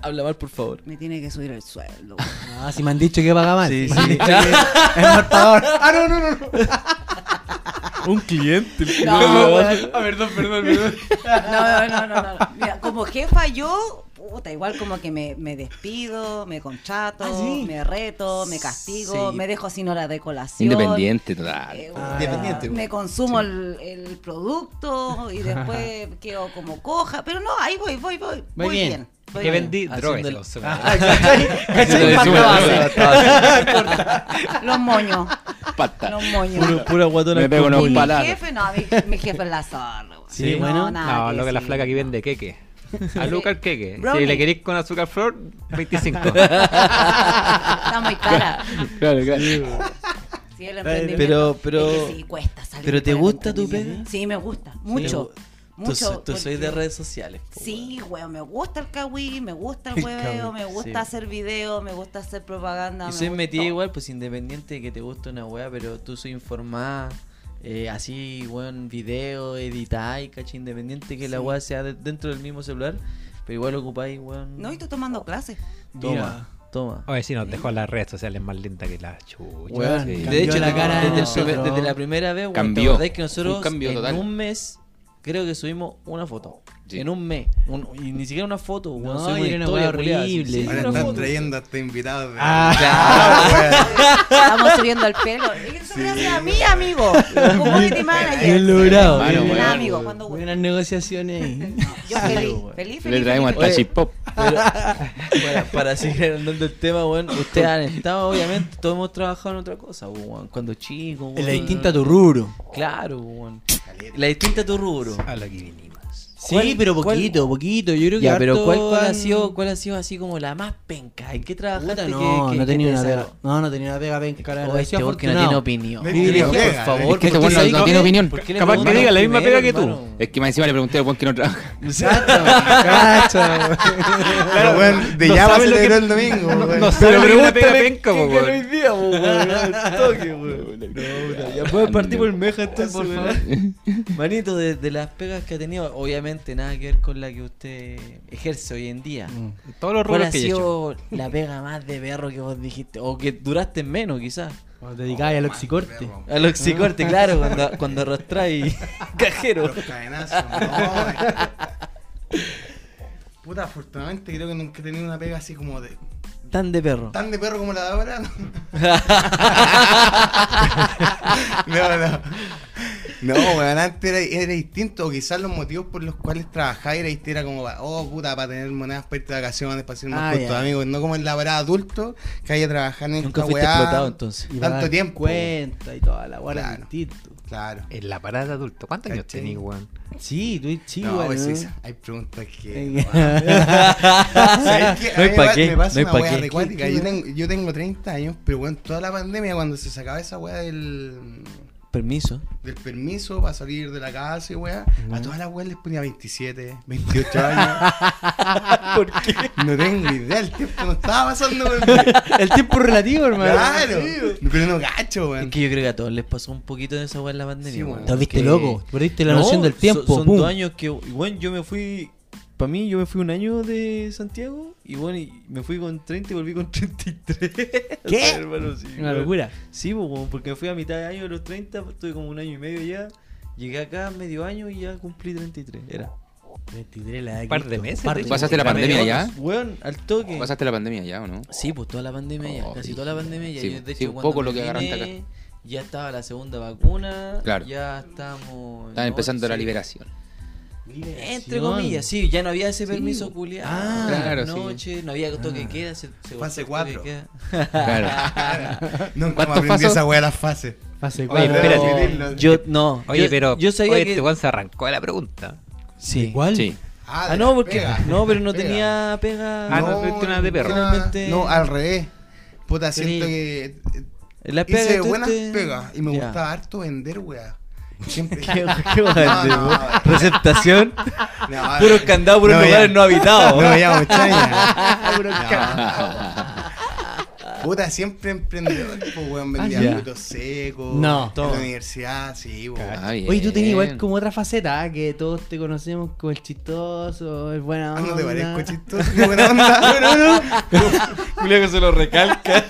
Habla mal, por favor.
Me tiene que subir el sueldo. weón.
Ah, si me han dicho que paga más.
Sí,
Me han
sí.
dicho que es mal pagador. Ah, no, no, no. no.
Un cliente.
Ah, perdón, perdón, perdón.
No, no, no, no. no. Mira, como jefa yo, puta, igual como que me, me despido, me contrato,
Ah, sí.
me reto, me castigo,
Sí. Ah,
me dejo sin hora de colación.
Independiente,
Eh,
total.
bueno,
Independiente,
Me consumo el, el producto y después quedo como coja. Pero no, ahí voy, voy, voy.
Muy
Voy
bien.
bien. voy
Que
bien.
vendí
Haciendo
drogas.
el- Ah,
los-
¿Cachai?
Sí, sí,
Pasta
sí,
base.
Los moños.
Pata.
Los moños.
Pura, pura guatona.
Me pego
con
unos
Y
bullying.
mi
palabras.
jefe, no, mi, mi jefe es la zorra. weón.
Sí, bueno.
nada
No,
Ah, que
lo que la
decir.
flaca aquí vende queque. Azúcar queque. Si
Brownie.
le queréis con azúcar flor, 25.
Está muy cara.
Claro, claro.
Sí, el emprendimiento.
Pero- pero-
Es que sí, cuesta salir
¿pero te
del
gusta tu Oh.
emprendimiento.
pega?
¿eh? Sí, me gusta. Mucho.
Tú,
mucho.
tú soy de
porque-
redes sociales. po,
Sí, weón, me gusta el kawi, me gusta
El
el hueveo,
kawi,
me gusta
sí.
hacer video, me gusta hacer propaganda.
Yo
me
soy
gusta
metida
todo.
igual, pues independiente de que te guste una weá, pero tú soy informada, eh, así, weón, video, editáis, caché, independiente que la
Sí.
weá sea de- dentro del mismo celular, pero igual ocupáis, weón.
No, y estoy tomando clases.
Toma, toma.
Oye, sí, nos dejó las redes sociales más lindas que las chuchas.
Weón,
sí.
de hecho,
la
la
cara
cara
de
desde, el
nosotros.
primer- desde la primera vez, weón,
Cambió.
¿te acordás que
Un
nosotros
cambio
en
total.
un mes, creo que subimos una foto.
Sí.
En un mes. Un- y ni siquiera una foto, weón.
No,
subimos
y era una
historia,
weá
culiada, así,
horrible.
sí,
Ahora
una
Ahora están
foto.
trayendo este hasta invitados. de-
Ah,
Estamos subiendo el pelo. Y eso gracias a mí, amigo. Community manager.
Bien logrado.
Hermano, weón.
bien
Nada,
logrado.
amigo, cuando guste.
Buenas negociaciones ahí.
Yo
Sí,
feliz,
weón.
feliz, feliz.
Le traemos
feliz,
hasta
feliz.
Chipop.
Pero, para, para seguir andando el tema, weón, ustedes han estado, obviamente, todos hemos trabajado en otra cosa, weón. Cuando chicos, weón.
La distinta a tu rubro.
Claro, weón. La distinta a tu rubro.
A lo que vinimos.
Sí, pero poquito, poquito. Yo creo que
Ya, pero
harto
¿cuál, cuál ha
han-
sido, ¿cuál ha sido así como la más penca? ¿En qué trabajaste?
Puta,
que-
no,
que-
no
que
tenía
te
una pega.
desagradó?
No, no tenía una pega. Ven, cara,
Oh, este weón que no tiene opinión.
Ven,
Por
Privilegiado,
pega,
favor,
ven.
que este weón
porque
no-
¿sabes
no
por
tiene
qué?
opinión.
¿Por qué le
Capaz que
preguntaron
diga la misma
primero,
pega que tú.
hermano?
Es que más encima le pregunté al Juan que no trabaja.
Cacho, weón.
Pero, weón, de
No
ya va a
sabe lo
celebrar
que-
el domingo, weón.
No sabe lo que es una pega penca, po, weón.
Ya puedes partir por el meja entonces, por favor. Manito, de, de las pegas que ha tenido, obviamente nada que ver con la que usted ejerce hoy en día.
Todos los
¿Cuál
roles
ha
que yo he hecho.
sido la pega más de perro que vos dijiste? O que duraste menos, quizás.
Cuando te dedicabas al oxicorte.
Al oxicorte, claro, cuando, cuando arrastráis cajero.
Los cadenazos, no, weón. Puta, afortunadamente creo que nunca he tenido una pega así como de.
Tan de perro.
tan de perro como la de ahora. No, no. No, no weón, antes era, era distinto. O quizás los motivos por los cuales trabajaba era, distinto, era como, pa- oh puta, para tener monedas para irte de vacaciones, para ser
Ah,
más justo,
ya.
amigos. No como en la verdad adulto, que hay que trabajar en
Nunca
esta
fuiste
weá.
explotado entonces.
Y
Tanto
pagar
tiempo.
Cuenta y toda la guarda
Claro.
distinto.
Claro.
En la parada de adulto. ¿Cuántos años
¿Cachai?
tenías, weón?
Sí, tú sí,
no,
weón,
pues,
¿no?
sí, hay preguntas que. ¿Sabes qué? A
No hay
mí
pa'
me-
qué,
Me pasa
no hay
una
pa'
weá
qué.
recuática.
¿Qué- qué
Yo tengo, yo tengo 30 años, pero bueno, toda la pandemia, cuando se sacaba esa weá del,
Permiso.
del permiso para salir de la casa y weá, a todas las weas les ponía 27, 28 años.
¿Por qué?
No tengo idea, el tiempo no estaba pasando weón.
El tiempo relativo, hermano.
Claro, pero no gacho,
Es
weón.
que yo creo que a todos les pasó un poquito de esa weá en la pandemia.
Sí,
weón.
weón.
Te viste
Que-
loco, perdiste la noción
No,
del
so-
tiempo.
Son,
pum.
dos años que, bueno, yo me fui. Para mí, yo me fui un año de Santiago y bueno, y me fui con 30 y volví con 33.
¿Qué?
Sí, hermano, sí,
Una
weón.
locura.
Sí, pues, weón, porque me fui a mitad de año de los 30, pues, estuve como un año y medio ya. Llegué acá medio año y ya cumplí 33. Era.
23 la edad
par
Cristo,
de meses,
par
de
de
hecho.
¿Pasaste la
Dame
pandemia
dos.
ya?
Weón, al toque.
¿Pasaste la pandemia ya o no?
Sí, pues toda la pandemia ya,
Oh,
casi
sí.
toda la pandemia ya.
Sí, pues,
Yo, de
sí,
hecho,
un
cuando
poco
me
lo que agarraste
vine, Ya estaba la segunda vacuna.
Claro.
Ya estábamos.
Estaba empezando la
once.
liberación.
meses.
Entre comillas, sí, ya no había ese permiso culiado.
Ah,
claro, sí. Ah.
noche, no había toque de queda. Se, se
Fase
cortó el toque de queda.
Claro.
Nunca me
¿Cuántos
aprendí
pasos?
esa weá las fases.
Fase
Oye,
cuatro.
espérate.
Yo no.
Oye,
yo-
pero.
yo sabía
oye,
que
este
este weón se arrancó de la pregunta.
sí.
¿Cuál?
Sí.
Ah, de
Ah, no,
las
porque.
pegas.
No, pero no
Pega.
tenía pega.
Ah, no, tuviste una de perro.
Finalmente-
No, al revés. Puta, siento
Sí.
que. eh,
La pega
Hice
tú
buenas
te-
pegas. Y me
Ya.
gustaba harto vender, weá. Siempre.
Qué- qué
No,
grande, weón.
no, no.
Presentación.
No,
Puros candados, puros
No, ya.
lugares no habitados.
No me llamo extraña. No. Puta, siempre emprendedor, pues, weón. Vendía
Ah, ya.
frutos secos.
No.
En la
Todo.
universidad, sí, weón.
Ah, bien.
Oye, tú tenías igual como otra faceta, ¿ah? que todos te conocemos como el chistoso, el buena
Ah,
onda.
no te parezco chistoso, qué buena onda. No, no, no.
Julio que se lo recalca.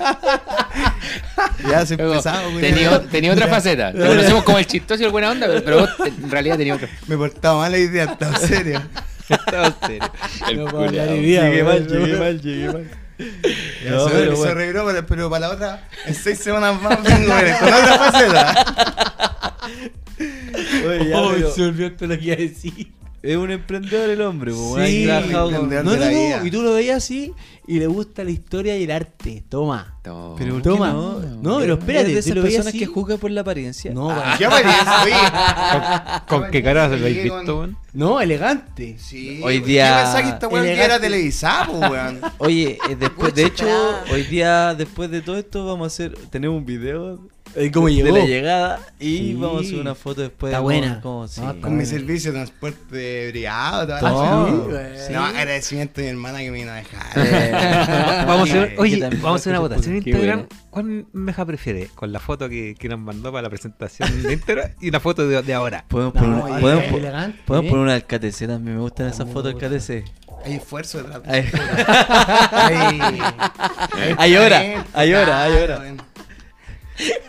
Ya se empezaba, weón.
Tenía, tenía otra faceta. Te conocemos como el chistoso y el buena onda, pero- pero vos te- en realidad tenías otra.
Me portaba mala idea, estaba en serio.
El
No puedo hablar
culiao.
hoy día,
Llegué mal,
weón.
llegué mal, llegué mal.
Ya
No,
se,
pero
se
bueno.
arregló, pero, pero para la otra, en seis semanas más vengo weón, con otra faceta.
Oye, ya,
Oh,
pero-
se olvidó todo lo que iba a decir.
Es un emprendedor el hombre, po, weón.
Sí,
Ha trabajado con-
emprendedor.
No,
de
no,
la
no.
vida.
Y tú lo veías así y le gusta la historia y el arte. Toma.
No.
Pero ¿por qué
Toma.
no?
No, pero espérate,
¿Es de
si
esas
lo veía
personas
así-
que juzga por la apariencia.
No,
Ah.
¿Qué apariencia? Oye,
¿Con, con qué cara se lo habéis
Llegué con-
visto, weón?
no, elegante.
sí,
Hoy
¿qué
día-
pensaba que esta weón
elegante.
era televisada, po, weón?
Oye, eh, después, de hecho,
Cuchara.
hoy día, después de todo esto, vamos a hacer. Tenemos un video
¿Cómo
de
llegó?
la llegada y
Sí.
vamos a hacer una foto después.
Está
de
buena.
cómo- sí.
No, está
Con mi
Ay.
servicio de transporte privado, toda
Todo.
la
Sí,
weón.
güey.
No, agradecimiento a mi hermana que me vino a dejar. Ah,
Vamos a hacer,
Yo
oye,
también
vamos a hacer una votación
escucho
en
podcast. Qué
Instagram.
bueno.
¿Cuál meja prefiere? Con la foto que, que nos mandó para la presentación de Instagram y la foto de, de ahora.
Podemos
No,
poner, una,
oye,
podemos,
es
po-
elegante,
podemos
¿eh?
poner una del KTC también. Me gustan esas fotos del KTC.
Hay esfuerzo detrás. de-
Ay,
Hay,
Hay hora,
talento,
hay hora, hay
claro,
hora.
weón.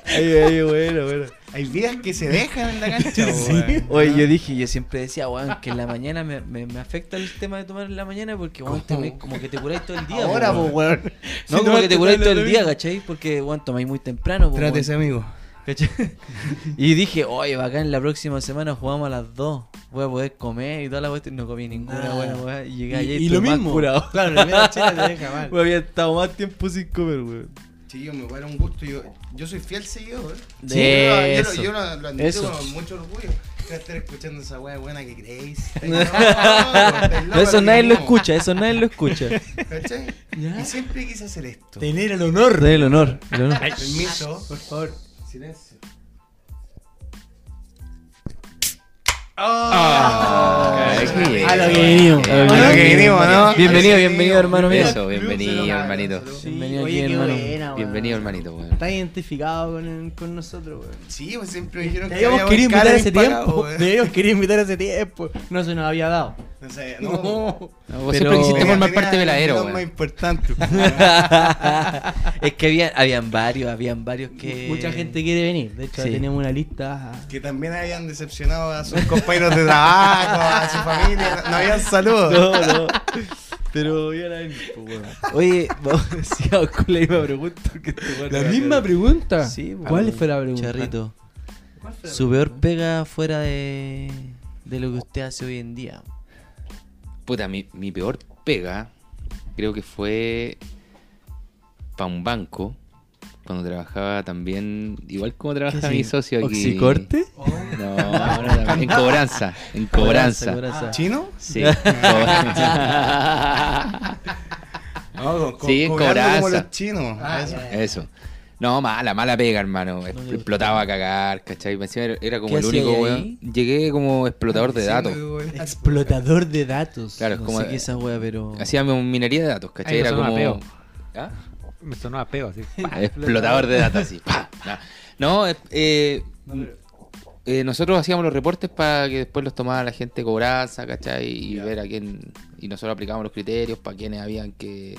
ay, ay, bueno, bueno.
Hay vidas que se dejan en la cancha, po,
Sí.
weón.
Oye, yo dije, yo siempre decía, weón, que en la mañana me, me, me afecta el tema de tomar en la mañana porque, weón, te me- como que te curáis todo el día.
Ahora, po,
weón.
weón.
No,
Si
como que
tomaste
te curáis todo
todo el
el día, ¿cachai? Porque, weón, tomáis muy temprano. po,
Trátese,
weón.
amigo.
¿Cachai? Y dije, oye, bacán, la próxima semana jugamos a las 2. Voy a poder comer y toda la cuestión. No comí ninguna,
Nada.
weón, weón. Ah. Y
Y,
llegué ayer
y
estoy
lo
más
mismo.
curado.
Claro, la primera chela te deja mal.
Weón, había estado más tiempo sin comer, weón.
Sí, yo me voy a dar un gusto. Yo, yo soy fiel seguidor.
De
yo, lo-
eso.
yo lo, yo lo- lo admito
Eso.
con mucho orgullo. Que estar escuchando esa wea buena que creéis. Estáis locos, estáis
Pero
locos,
eso
ni
nadie lo
mismo,
escucha, eso nadie lo escucha.
¿Cachai?
Ya.
Y siempre quise hacer esto.
Tener el honor.
Dale el honor, el honor.
Permiso.
Por favor.
Silencio.
Ay,
Ah, A lo que
qué
vinimos.
bueno.
A lo que vinimos, ¿no?
Bienvenido, bienvenido, hermano mío.
Eso, bienvenido, hermanito.
Sí,
Bienvenido
oye,
aquí,
qué
hermano.
buena, weón.
Bienvenido, hermanito, weón.
Está identificado con, el- con nosotros, weón.
Sí, pues siempre me dijeron
Te
que
habíamos
había
querido
cara
invitar hace
impagable,
tiempo.
weón.
Te habíamos querido invitar hace tiempo. No se nos había dado.
eh. No sé, no.
No.
No, vos
Pero-
siempre quisiste
Tenía-
formar parte
tenía
del aero,
lo
weón.
más importante.
es que había, habían varios, habían varios que.
Mucha gente quiere venir. De hecho,
Sí.
tenemos una lista.
Que también habían decepcionado a sus compañeros de trabajo, a su familia. No habían saludos.
No, no. Pero ya la mismo, Oye, vamos decíamos con la misma pregunta que te voy a
La
cagar.
misma pregunta.
Sí, po,
¿Cuál
weón.
fue la pregunta?
Charrito. Su peor pega fuera de, de lo que usted hace hoy en día.
Puta, mi, mi peor pega creo que fue para un banco. Cuando trabajaba también, igual como trabaja mi socio aquí.
¿Oxicorte?
No, no, no, en cobranza. En cobranza.
Cobranza.
¿Chino?
Sí. cobranza.
No, co- co-
Sí, en
cobrando como
cobranza.
los chinos.
Ah,
Eso.
Eso. No, mala, mala pega, hermano. Expl-
gustó.
Explotaba a cagar, ¿cachai? Me decía, era- era como
¿Qué
el
hacía
único,
ahí?
weón. Llegué como explotador de
Sí,
datos.
no, weón.
Explotador de datos.
Claro, es
No
como.
sé qué esa wea, pero.
Hacía minería de datos, ¿cachai?
Ahí
Era
pasó un
como.
apeo.
¿Ah?
Me sonó a peo, así.
Pa, explotador de datos, así. pa, na. No, eh, eh, eh, nosotros hacíamos los reportes para que después los tomara la gente de cobranza, ¿cachai? Y ver a quién. Y nosotros aplicábamos los criterios para quienes habían que.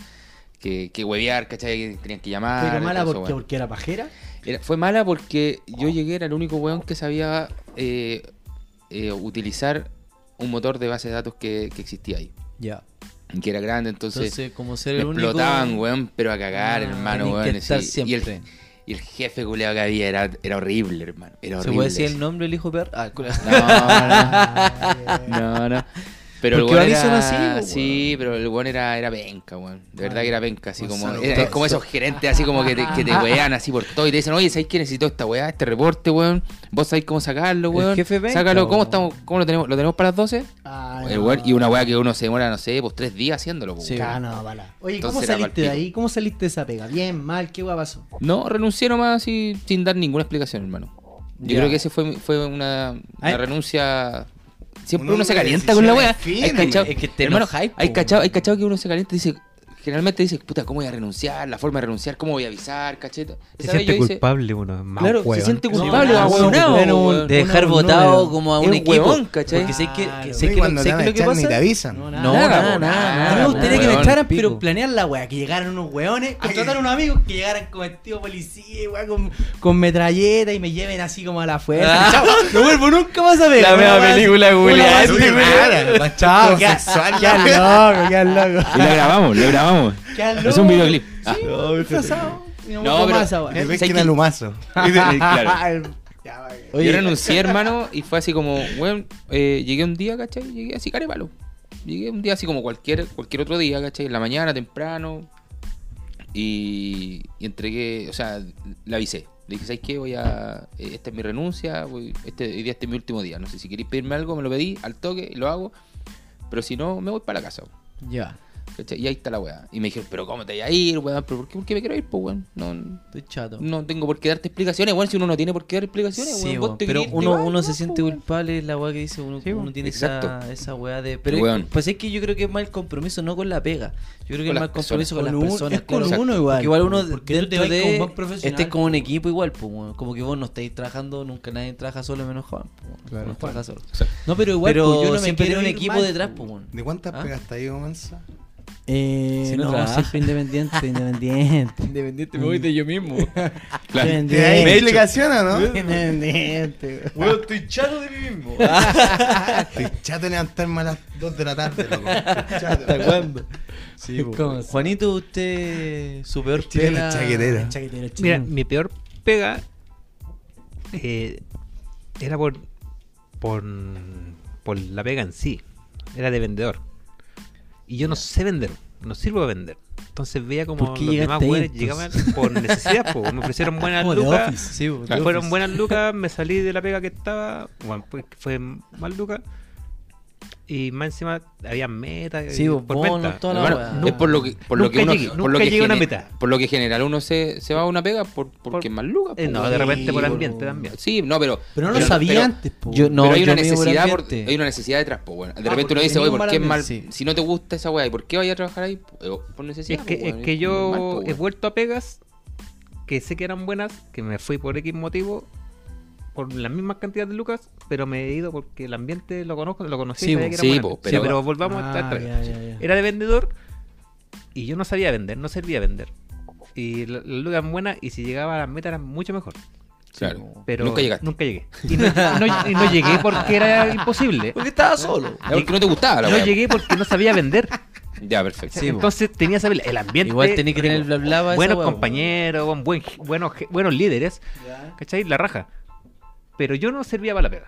Que, que huevear, ¿cachai? Quiénes tenían que llamar.
Pero mala
entonces,
porque,
Ah, bueno.
porque era pajera.
Era- fue mala porque yo llegué, era el único weón que sabía eh, eh, utilizar un motor de base de datos que, que existía ahí.
Ya.
y Que era grande, entonces,
Entonces, como ser
me
el único.
explotaban, weón, pero a cagar,
Ah,
hermano,
tenés que
weón.
estar
sí. Y,
siempre.
el, y el jefe culeado que había era, era horrible, hermano. Era horrible.
¿Se
Ah,
puede decir el
ese.
nombre del hijo perro? Ah, culo.
No, no, no, no. Pero el
Porque
weón
Bani son
era...
así, pues, po,
sí, pero el weón era, era penca, weón. De verdad que era penca, así como...
Gonzalo,
era-
todo
es como esos gerentes así como que te, que te wean así por todo y te dicen, oye, ¿sabéis quién necesitó esta weá, este reporte, weón? ¿Vos sabéis cómo sacarlo,
El
weón?
jefe penca,
Sácalo, ¿cómo,
weón.
estamos, ¿cómo lo tenemos? ¿Lo tenemos para las 12?
Ah,
El
no.
weón- y una weá que uno se demora, no sé, pues tres días haciéndolo, po,
Sí.
weón.
Ah, no, bala. Oye, ¿cómo
Entonces era
saliste de
pa'l pico.
ahí? ¿Cómo saliste de esa pega? Bien, mal, ¿qué hueá pasó?
No, renuncié nomás y sin dar ninguna explicación, hermano. Yo
Ya.
creo que ese fue, fue una, una
Ay.
renuncia. Siempre
Un
uno se
hombre de
calienta con la wea.
decisiones
Hay cachao,
firmes. Es que te
hermano,
enojáis,
hay
po.
cachao, hay cachao que uno se calienta y dice, generalmente dice, puta, ¿cómo voy a renunciar? La forma de renunciar, ¿cómo voy a avisar? Cacheta.
Se
Esa vez
siente
yo hice-
culpable uno, es más
Claro, se
hueón.
siente
Sí,
culpable,
no,
ahueonado,
no, no,
weón.
De dejar
Un-
votado
no,
como a un
es
equipo.
huevón, ¿cachai?
Porque sé que, que,
Claro.
sé que,
Y cuando
sé
te van
que
a
lo que
echar ni
pasa.
te avisan.
No,
Nada,
nada, nada.
A mí me
Ah,
gustaría que
weón,
me echaran, pero
pico.
planear la weá, que llegaran unos weones, contratar a unos amigos que llegaran con vestido policía, weá, con, con metralleta y me lleven así como a la fuerza.
Ah.
Chao, no vuelvo nunca más a ver.
La
Una
misma
weá así.
película,
Una
Julián.
weá así,
Claro,
weón.
machado,
Qué-
sexual,
Qué loco, qué loco.
Y la grabamos, la grabamos.
Qué loco.
Es un videoclip. Ah.
Sí, disfrazado. Y No,
No,
vuelvo
pero-
más a
Y
weá. Ah,
te ves
¿Sabes
que
qué?
era lumazo.
Claro.
Ya, weá.
Yo renuncié, hermano, y fue así como, weón, eh, llegué un día, ¿cachai? Llegué así carepalo. Llegué un día así como cualquier, cualquier otro día, ¿cachai? En la mañana, temprano. Y, y entregué, o sea, le avisé. Le dije, ¿sabes qué? Voy a. eh, Esta es mi renuncia, voy- este, hoy día este es mi último día. No sé si queréis pedirme algo, me lo pedí al toque, lo hago. Pero si no, me voy para la casa.
Ya.
¿cachai? Y ahí está la weá. Y me dijeron, ¿pero cómo te vas a ir, weón? ¿Pero por qué, por qué me quiero ir, pues, weón? No,
Estoy chato.
no tengo por qué darte explicaciones, weón. Si uno no tiene por qué dar explicaciones,
Sí,
weón.
weón,
vos te
pero
querís, te
uno,
vas,
uno se
weón,
siente
weón.
culpable, es la weá que dice uno,
Sí,
uno
weón.
tiene esa,
Exacto.
esa weá de... Pero
Weón.
es- pues es que yo creo que es más el compromiso, no con la pega. Yo creo que
Con
es
las
más el
personas.
compromiso con las
Con un-
personas.
es con
claro.
uno igual.
Porque igual uno
Porque tú te
dentro
vas con un
de...
buen profesional,
este
Estés como un
pues.
equipo igual, pues, weón. Como que vos no estáis trabajando, nunca nadie trabaja solo, menos Juan. pues, weón.
Claro.
No trabaja solo.
No, pero igual,
pero
pues, yo no me
siempre
quiero
tiene un
ir
equipo
mal,
detrás,
pues.
pues, weón.
¿De cuántas
¿Ah?
pegas te ha ido, Mansa?
Eh,
Si no
no,
trabaja.
siempre independiente, independiente.
Independiente, me voy de yo mismo.
¿Te da
Independiente.
explicación o no?
Independiente. weón.
Weón, estoy chato de mí mismo.
Estoy chato de levantarme a las 2 de la tarde, loco. Estoy chato.
¿Hasta cuándo? Sí,
po.
¿Cómo? Juanito, usted su peor
Tiene
pega-
la chaquetera.
Chaquetero, chico.
Mira, mi peor pega eh, era por, por por la pega en sí. Era de vendedor. Y yo no sé vender, no sirvo de vender. Entonces veía como
¿Por
los
qué
demás
llegaste ahí,
güeyes llegaban
entonces?
por necesidad, po. me ofrecieron buenas
Como de
lucas.
office.
Sí, po,
Me
de
Fueron
office.
buenas lucas, me salí de la pega que estaba, bueno, pues fue mal lucas. Y más encima había metas.
Sí,
y
po, bonos,
venta.
toda la
Hermano,
weá.
es por lo que, por lo
Nunca
que uno,
llegué,
por lo
nunca
que
llegué a una
gene-
meta.
por lo que general uno se, se va a una pega por,
Por-
porque es más lucas.
Eh,
po,
no,
pues,
weón.
de repente por
Sí,
ambiente también.
Sí, no, pero
Pero no lo
pero-
sabía
pero-
antes, po.
Yo no,
pero hay
yo
una
me voy
necesidad,
al
por-
ambiente.
hay una necesidad detrás, po, weón. De
Ah,
repente
porque
uno dice,
tenía
oye,
un
¿por
mal
qué es mal?
ambiente, sí.
Si no te gusta esa weá, ¿y por qué vayas a trabajar ahí? Eh, Por necesidad.
Es que,
po,
es
weón,
que yo
normal, po,
he
weón.
vuelto a pegas que sé que eran buenas, que me fui por X motivo, por las mismas cantidades de lucas, pero me he ido porque el ambiente lo conozco, lo conocí.
Sí,
sabía que era
po, sí,
buena.
po,
Sí,
pero-
pero, volvamos a Eh,
Ah,
esta
ya,
entrega.
ya, ya.
Era de vendedor y yo no sabía vender, no servía vender. Y la- las lucas eran buenas y si llegaba a la meta era mucho mejor.
Claro.
Pero
Nunca llegaste.
Nunca llegué. Y no, y no- y no llegué porque era imposible.
Porque estaba solo.
Ah, Porque no te gustaba la
No
weá.
llegué porque no sabía vender.
Ya, perfecto.
Sí, po.
Entonces tenía que saber el ambiente.
Igual tenés que tener el
rico
bla bla para esa
buenos
weá, po.
compañeros, buen- buen- buenos, je- buenos líderes, ¿cachai? La raja. Pero yo no servía para la pega.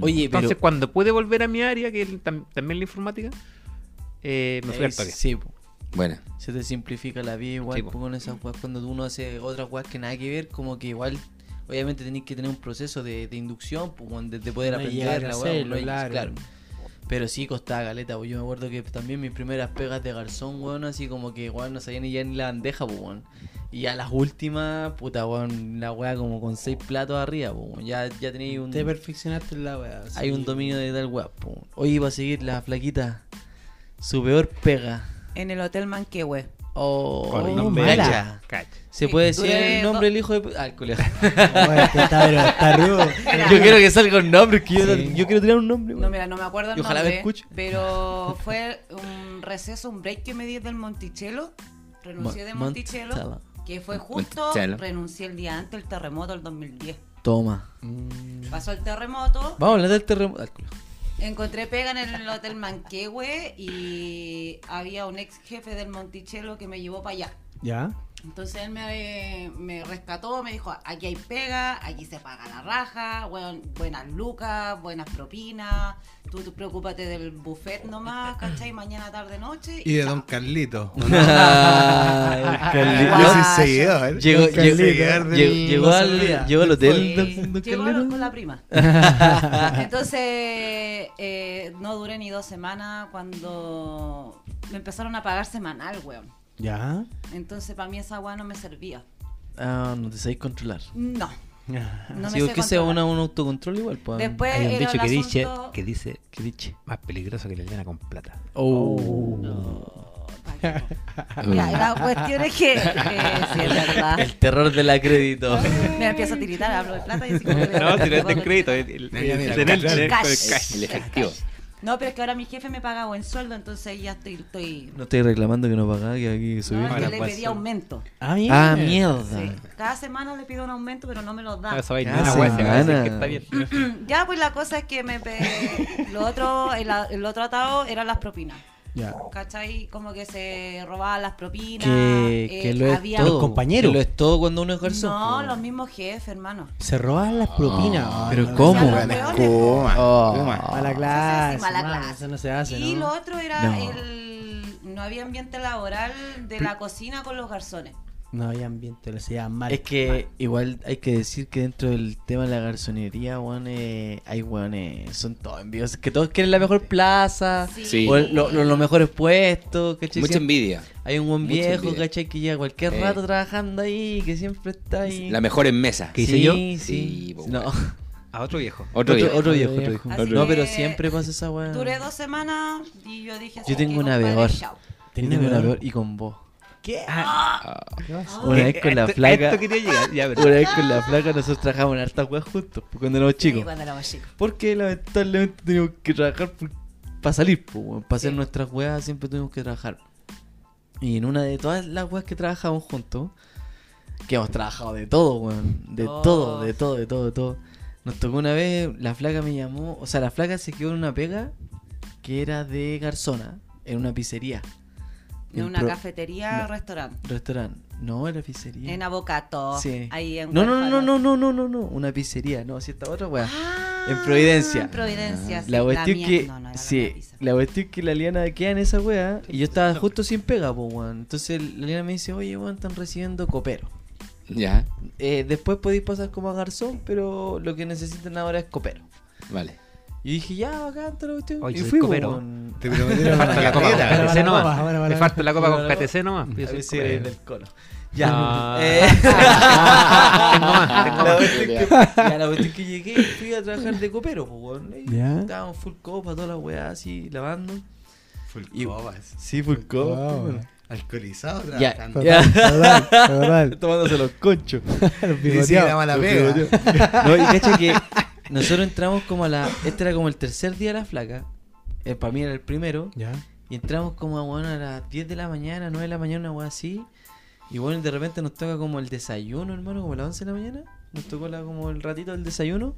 Oye,
Entonces,
pero.
cuando pude volver a mi área, que el- tam- también la informática, eh, me fui
Ey,
al toque.
sí, po.
Buena.
se te simplifica la vida igual
Sí,
po,
po.
con esas weas. Cuando uno hace otras weas que nada que ver, como que igual. Obviamente tenés que tener un proceso de, de inducción, po, weón, de, de poder
No
aprender
llegar a
la wea, pues,
hacerlo,
weón,
claro.
Pero sí costaba caleta, po. yo me acuerdo que también mis primeras pegas de garzón, weón, así como que, weón, no sabía ni ya ni la bandeja, po, weón. Y a las últimas, puta, weón, la wea como con seis platos arriba, po, weón. Ya, ya tenía un...
Te perfeccionaste en la weá.
Hay
sí.
un dominio de tal web. po. Hoy iba a seguir la flaquita. Su peor pega.
En el Hotel Manquehue.
Oh,
Con el
oh,
nombre
de
mala.
ella. Cacha.
¿Se puede decir
Duré
el
do-
nombre del hijo de... Al colegio.
Oye, este está, pero está rudo.
yo quiero que salga un nombre. que yo,
Sí.
yo quiero tirar un nombre.
No, mira, no me acuerdo el
Y ojalá me
nombre,
escuche.
pero fue un receso, un break que me di del Monticello. Renuncié de
Mon-
Monticello,
Monticello.
que fue justo,
Monticello.
renuncié el día antes del terremoto del 2010.
Toma. Mm.
Pasó el terremoto,
Vamos a hablar del terremoto. Al colegio.
encontré pega en el Hotel Manquehue y había un ex jefe del Monticello que me llevó para allá.
¿Ya?
Entonces él me, me rescató, me dijo, aquí hay pega, aquí se paga la raja, weón, buenas lucas, buenas propinas, tú, tú preocúpate del buffet nomás, ¿cachai? Mañana, tarde, noche.
Y de
chao".
Don Carlito.
Carlito.
Yo soy seguidor.
Ah, Llegó,
Don
llegó,
seguidor
llegó-
del-
llegó al, llegó al hotel,
Sí,
don, don
llegó
Carlero.
con la prima. Entonces, eh, no duré ni dos semanas cuando me empezaron a pagar semanal, weón.
Ya.
Entonces, para mí esa agua no me servía.
Ah, no te sabéis controlar.
No. No
Así que sea
controlar.
una, un autocontrol igual, pues.
Después
Hay un
era
dicho
el
que dice,
asunto-
que dice
¿Qué diche?
más peligroso que la llana con plata.
Oh.
Ya, la cuestión es que, eh, sí, es verdad.
El terror del acredito.
Me empiezo a tiritar, hablo de plata y así como que le- el cash.
El efectivo.
cash. No, pero es que ahora mi jefe me paga buen sueldo, entonces ya estoy... estoy
No estoy reclamando que no pagaba, que aquí subí.
no, es que
Ahora
le
buen
pedí
sueldo.
aumento.
Ah, mira.
Ah, mierda.
Sí. Cada semana le pido un aumento, pero no me lo da.
No, Ah, esa vaina
Cada
es una hueá, se va a decir
semana.
que está bien.
Ya, pues la cosa es que me pe- lo otro, el, a- el otro atado eran las propinas.
Ya.
¿Cachai? Como que se robaban las propinas.
Que,
eh,
que lo es
había-
todo.
Los compañeros.
Que lo es todo cuando uno es garzón.
No,
pues.
los mismos jefes, hermano.
Se roban las propinas.
Ah,
Ay,
pero
no,
¿cómo?
no se
Bueno,
hace.
weón.
Coma,
Oh.
coma.
Mala
Eso
clase.
es mala
mala
clase.
Eso no se hace,
y
¿no?
lo otro era
No.
el. No había ambiente laboral de la cocina con los garzones.
No había ambiente, lo hacía mal.
Es que igual hay que decir que dentro del tema de la garzonería, weón, eh, hay weones, son todos envidiosos. Que todos quieren la mejor plaza,
Sí.
o el- lo- lo- los mejores puestos, ¿cachai?
Mucha
Siempre
envidia.
Hay un buen
mucha
viejo,
envidia.
¿cachai? Que lleva cualquier
Eh.
rato trabajando ahí, que siempre está ahí.
La mejor en mesa.
¿Qué
sí,
hice yo?
Sí,
Sí, po,
no.
weón.
A otro viejo.
Otro día.
otro viejo, otro viejo.
Así
No,
que
pero siempre pasa esa weón.
Duré dos semanas y yo dije.
Yo tengo
"¿Sabes qué,
una
compadre?
veor.
Chao".
Tenía
Tenía una
dolor.
peor y con vos.
¿Qué?
ah, Una vez con la
Eh, Esto-
placa.
Esto quería llegar. Ya, pero-
Una vez con la placa nosotros trabajamos en hartas weas juntos, pues, cuando éramos
Sí,
chicos.
cuando éramos chicos.
Porque lamentablemente teníamos que trabajar para salir, para hacer
Sí.
nuestras weas siempre tuvimos que trabajar. Y en una de todas las weas que trabajamos juntos, que hemos trabajado de todo, weón, de
Oh.
todo, de todo, de todo, de todo. Nos tocó una vez, la flaca me llamó, o sea, la flaca se quedó en una pega que era de garzona, en una pizzería,
En
En
una
pro-
cafetería,
no.
restaurante.
restaurante. No, era pizzería.
En Abocato.
Sí.
Ahí en
no, no,
Huérfano.
no, no, no, no, no, no, una pizzería, no, si esta otra wea.
Ah,
En Providencia. Ah,
en Providencia, sí,
La cuestión
mía-
que.
no, no era la
sí,
otra pizza.
la cuestión que la Liana queda en esa wea y yo estaba justo sin pega, po, weón. Entonces la Liana me dice, oye, weón, están recibiendo copero.
Ya,
Eh, después podéis pasar como a garzón, pero lo que necesitan ahora es copero.
vale.
Y dije, ya, bacán, toda la cuestión.
Oye,
y
soy
fui, po,
copero.
weón.
Te prometieron
Falta la
una
copa con
carrera.
KTC nomás.
Ahora, ahora,
Me falta la copa
ahora,
con
ahora.
KTC nomás. Yo
A
soy
veces
copero.
del colo. Ya.
Ah.
Eh,
Tengo más, tengo
la
más.
cuestión que, ya, la cuestión que llegué y fui a trabajar de copero, po, weón. Y
Ya.
Estábamos full copa, toda la weá así, lavando.
Full
Y-
copas.
Sí, full
copa, weón.
Alcoholizado
Ya.
trabajando.
Ya.
Fatal, fatal.
Tomándose los conchos.
Los
Y sí, la
bigoteados.
mala pega.
No, y cacha que nosotros entramos como a la. Este era como el tercer día de la flaca. para mí era el primero.
Ya.
Y entramos como a, bueno, a las 10 de la mañana, 9 de la mañana, o así. Y bueno, de repente nos toca como el desayuno, hermano, como a las 11 de la mañana. Nos tocó la- como el ratito del desayuno.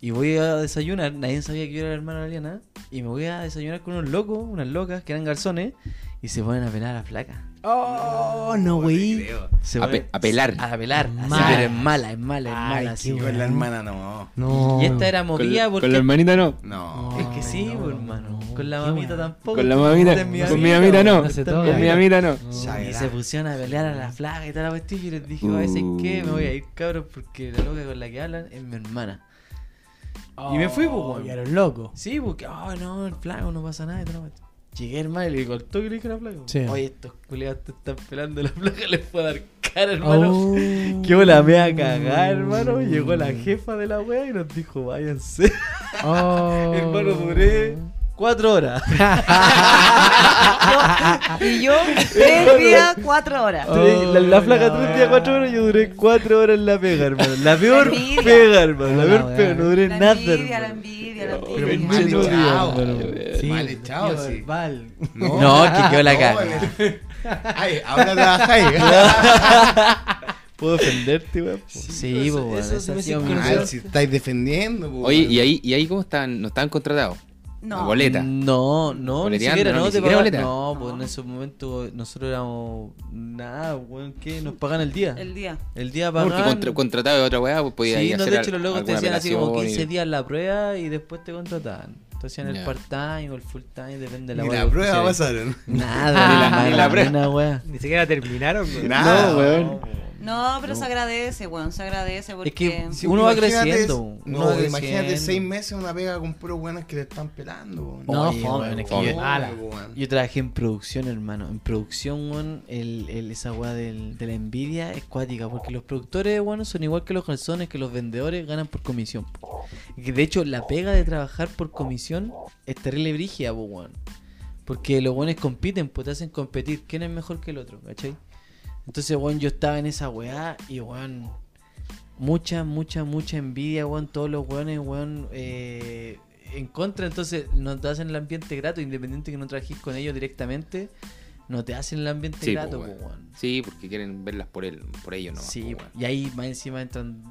Y voy a desayunar. Nadie sabía que yo era el hermano de Aliana. Y me voy a desayunar con unos locos, unas locas que eran garzones. Y se ponen a pelar a la flaca.
Oh, no, güey.
Se
A, pe-
ponen-
a pelar.
A pelar. así,
Mala.
pero es mala, es mala, es
Ay,
mala.
qué
así,
Y con Pues la hermana no.
No.
Y esta era
Con,
movida porque.
con la hermanita no.
No.
Es que sí,
No,
pues,
no,
hermano.
no.
Con la
Qué
mamita
bueno.
tampoco.
Con la mamita.
Esta es mi
Con mi
amiga,
mamita no.
esta
se
es
toca.
mi
Con mi
amiga.
mamita no.
Ya,
Y se pusieron a pelear a la flaga y toda la cuestión. Y yo les dije, "Oye, ¿sabes qué? Me voy a ir, cabros, porque la loca con la que hablan es mi hermana. Y me fui, pues,
Oh,
weón.
Ya eres loco.
Sí, porque, oh, no, el flaco no pasa nada. y toda la cuestión. Llegué, hermano, y le digo, al toque le dije a la flaga.
Sí.
Oye, estos culiados te están pelando la flaga, les puedo dar cara, hermano.
Oh.
Qué hola, me a cagar, hermano. Llegó la jefa de la wea y nos dijo, váyanse.
Oh.
Hermano, duré cuatro horas.
Ah, Y yo, tres días, cuatro horas.
Tres- la, la flaca
la
tres días, cuatro horas, yo duré cuatro horas en la pega, hermano. La peor
envidia.
pega, hermano. La
La
peor
wea.
pega, no duré
La
nada.
envidia, la
hermano. Oh,
envidia, la
Pero
envidia.
no,
mal echado.
Dios,
Sí, Mal echado, sí.
Verbal.
No, que quedó la
no,
caga.
el- Ay, ahora trabajáis.
¿Puedo defenderte, weón? Sí, pues,
pues,
eso-
weón.
eso
esa
me
ha
hizo
sido
Ah,
mi-
conocer.
Mal, si estáis defendiendo. po,
Oye,
weón.
¿y ahí, y ahí cómo están? ¿No estaban contratados?
No.
Boleta.
No, no, ni
Boleteando,
siquiera,
no,
no,
ni
te
siquiera
pagan-
boleta.
No, pues
No.
en ese momento nosotros éramos nada, weón, ¿qué? Nos pagan el día.
El día.
El día
No, porque
pagan.
contra- contratado de otra weá, pues podía
sí,
ir a
no,
hacer
de hecho
al-
los locos te
alguna
decían así como
operación y-
15 días la prueba y después te contrataban. Te hacían el
Ya.
part-time o el full-time, depende de la
Ni
wea
la
que
prueba
quisieras.
pasaron.
Nada, ni la,
ni la prueba.
wea.
Ni siquiera terminaron, güey.
Nada.
weón.
No, pero se agradece, weón, se agradece porque...
Es que
Sí,
uno va
imagínate-
creciendo. uno
No,
va
imagínate
creciendo.
seis meses una pega con puros buenas que te están pelando. weón.
No,
Oye,
fome,
weón,
es que
fome,
yo-
ala.
Yo trabajé en producción, hermano. En producción, weón, el, el- esa weá del- de la envidia es cuática. Porque los productores, weón, son igual que los calzones, que los vendedores ganan por comisión. Que De hecho, la pega de trabajar por comisión es terrible brígida, po, weón. Porque los weones compiten, pues te hacen competir. ¿Quién es mejor que el otro? ¿Cachai? Entonces, weón, yo estaba en esa weá y, weón, mucha, mucha, mucha envidia, weón. Todos los weones, weón, eh, en contra. Entonces, no te hacen el ambiente grato, independiente que no trabajes con ellos directamente. No te hacen el ambiente
Sí,
grato,
pues,
po,
weón.
este weón.
Sí, porque quieren verlas por él, por ellos nomás.
Sí,
pues, weón.
y ahí más encima entran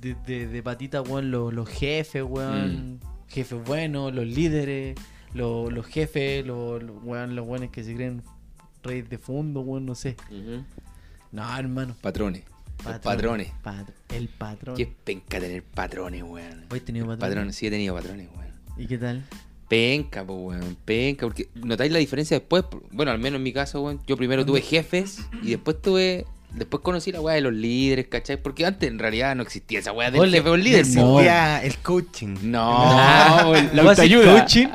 de, de, de patita, weón, los, los jefes,
Mm.
weón. Jefes buenos, los líderes, los, los jefes, los, los, weón, los weones que se creen reyes de fondo, weón, no sé.
Ujú.
No, hermano.
Patrones. Los
patrones.
patrones.
Pat- el patrón.
Qué penca tener patrones, weón.
¿Hoy has tenido patrones?
Patrones, sí he tenido patrones, weón.
¿Y qué tal?
Penca, pues, weón, penca, porque notáis la diferencia después, por- bueno, al menos en mi caso, weón, yo primero tuve jefes y después tuve, después conocí la weá de los líderes, ¿cachai? Porque antes en realidad no existía esa weá del
Ole,
jefe o el líder,
no.
po.
Existía el coaching.
No, weón, la autoayuda.
¿eh,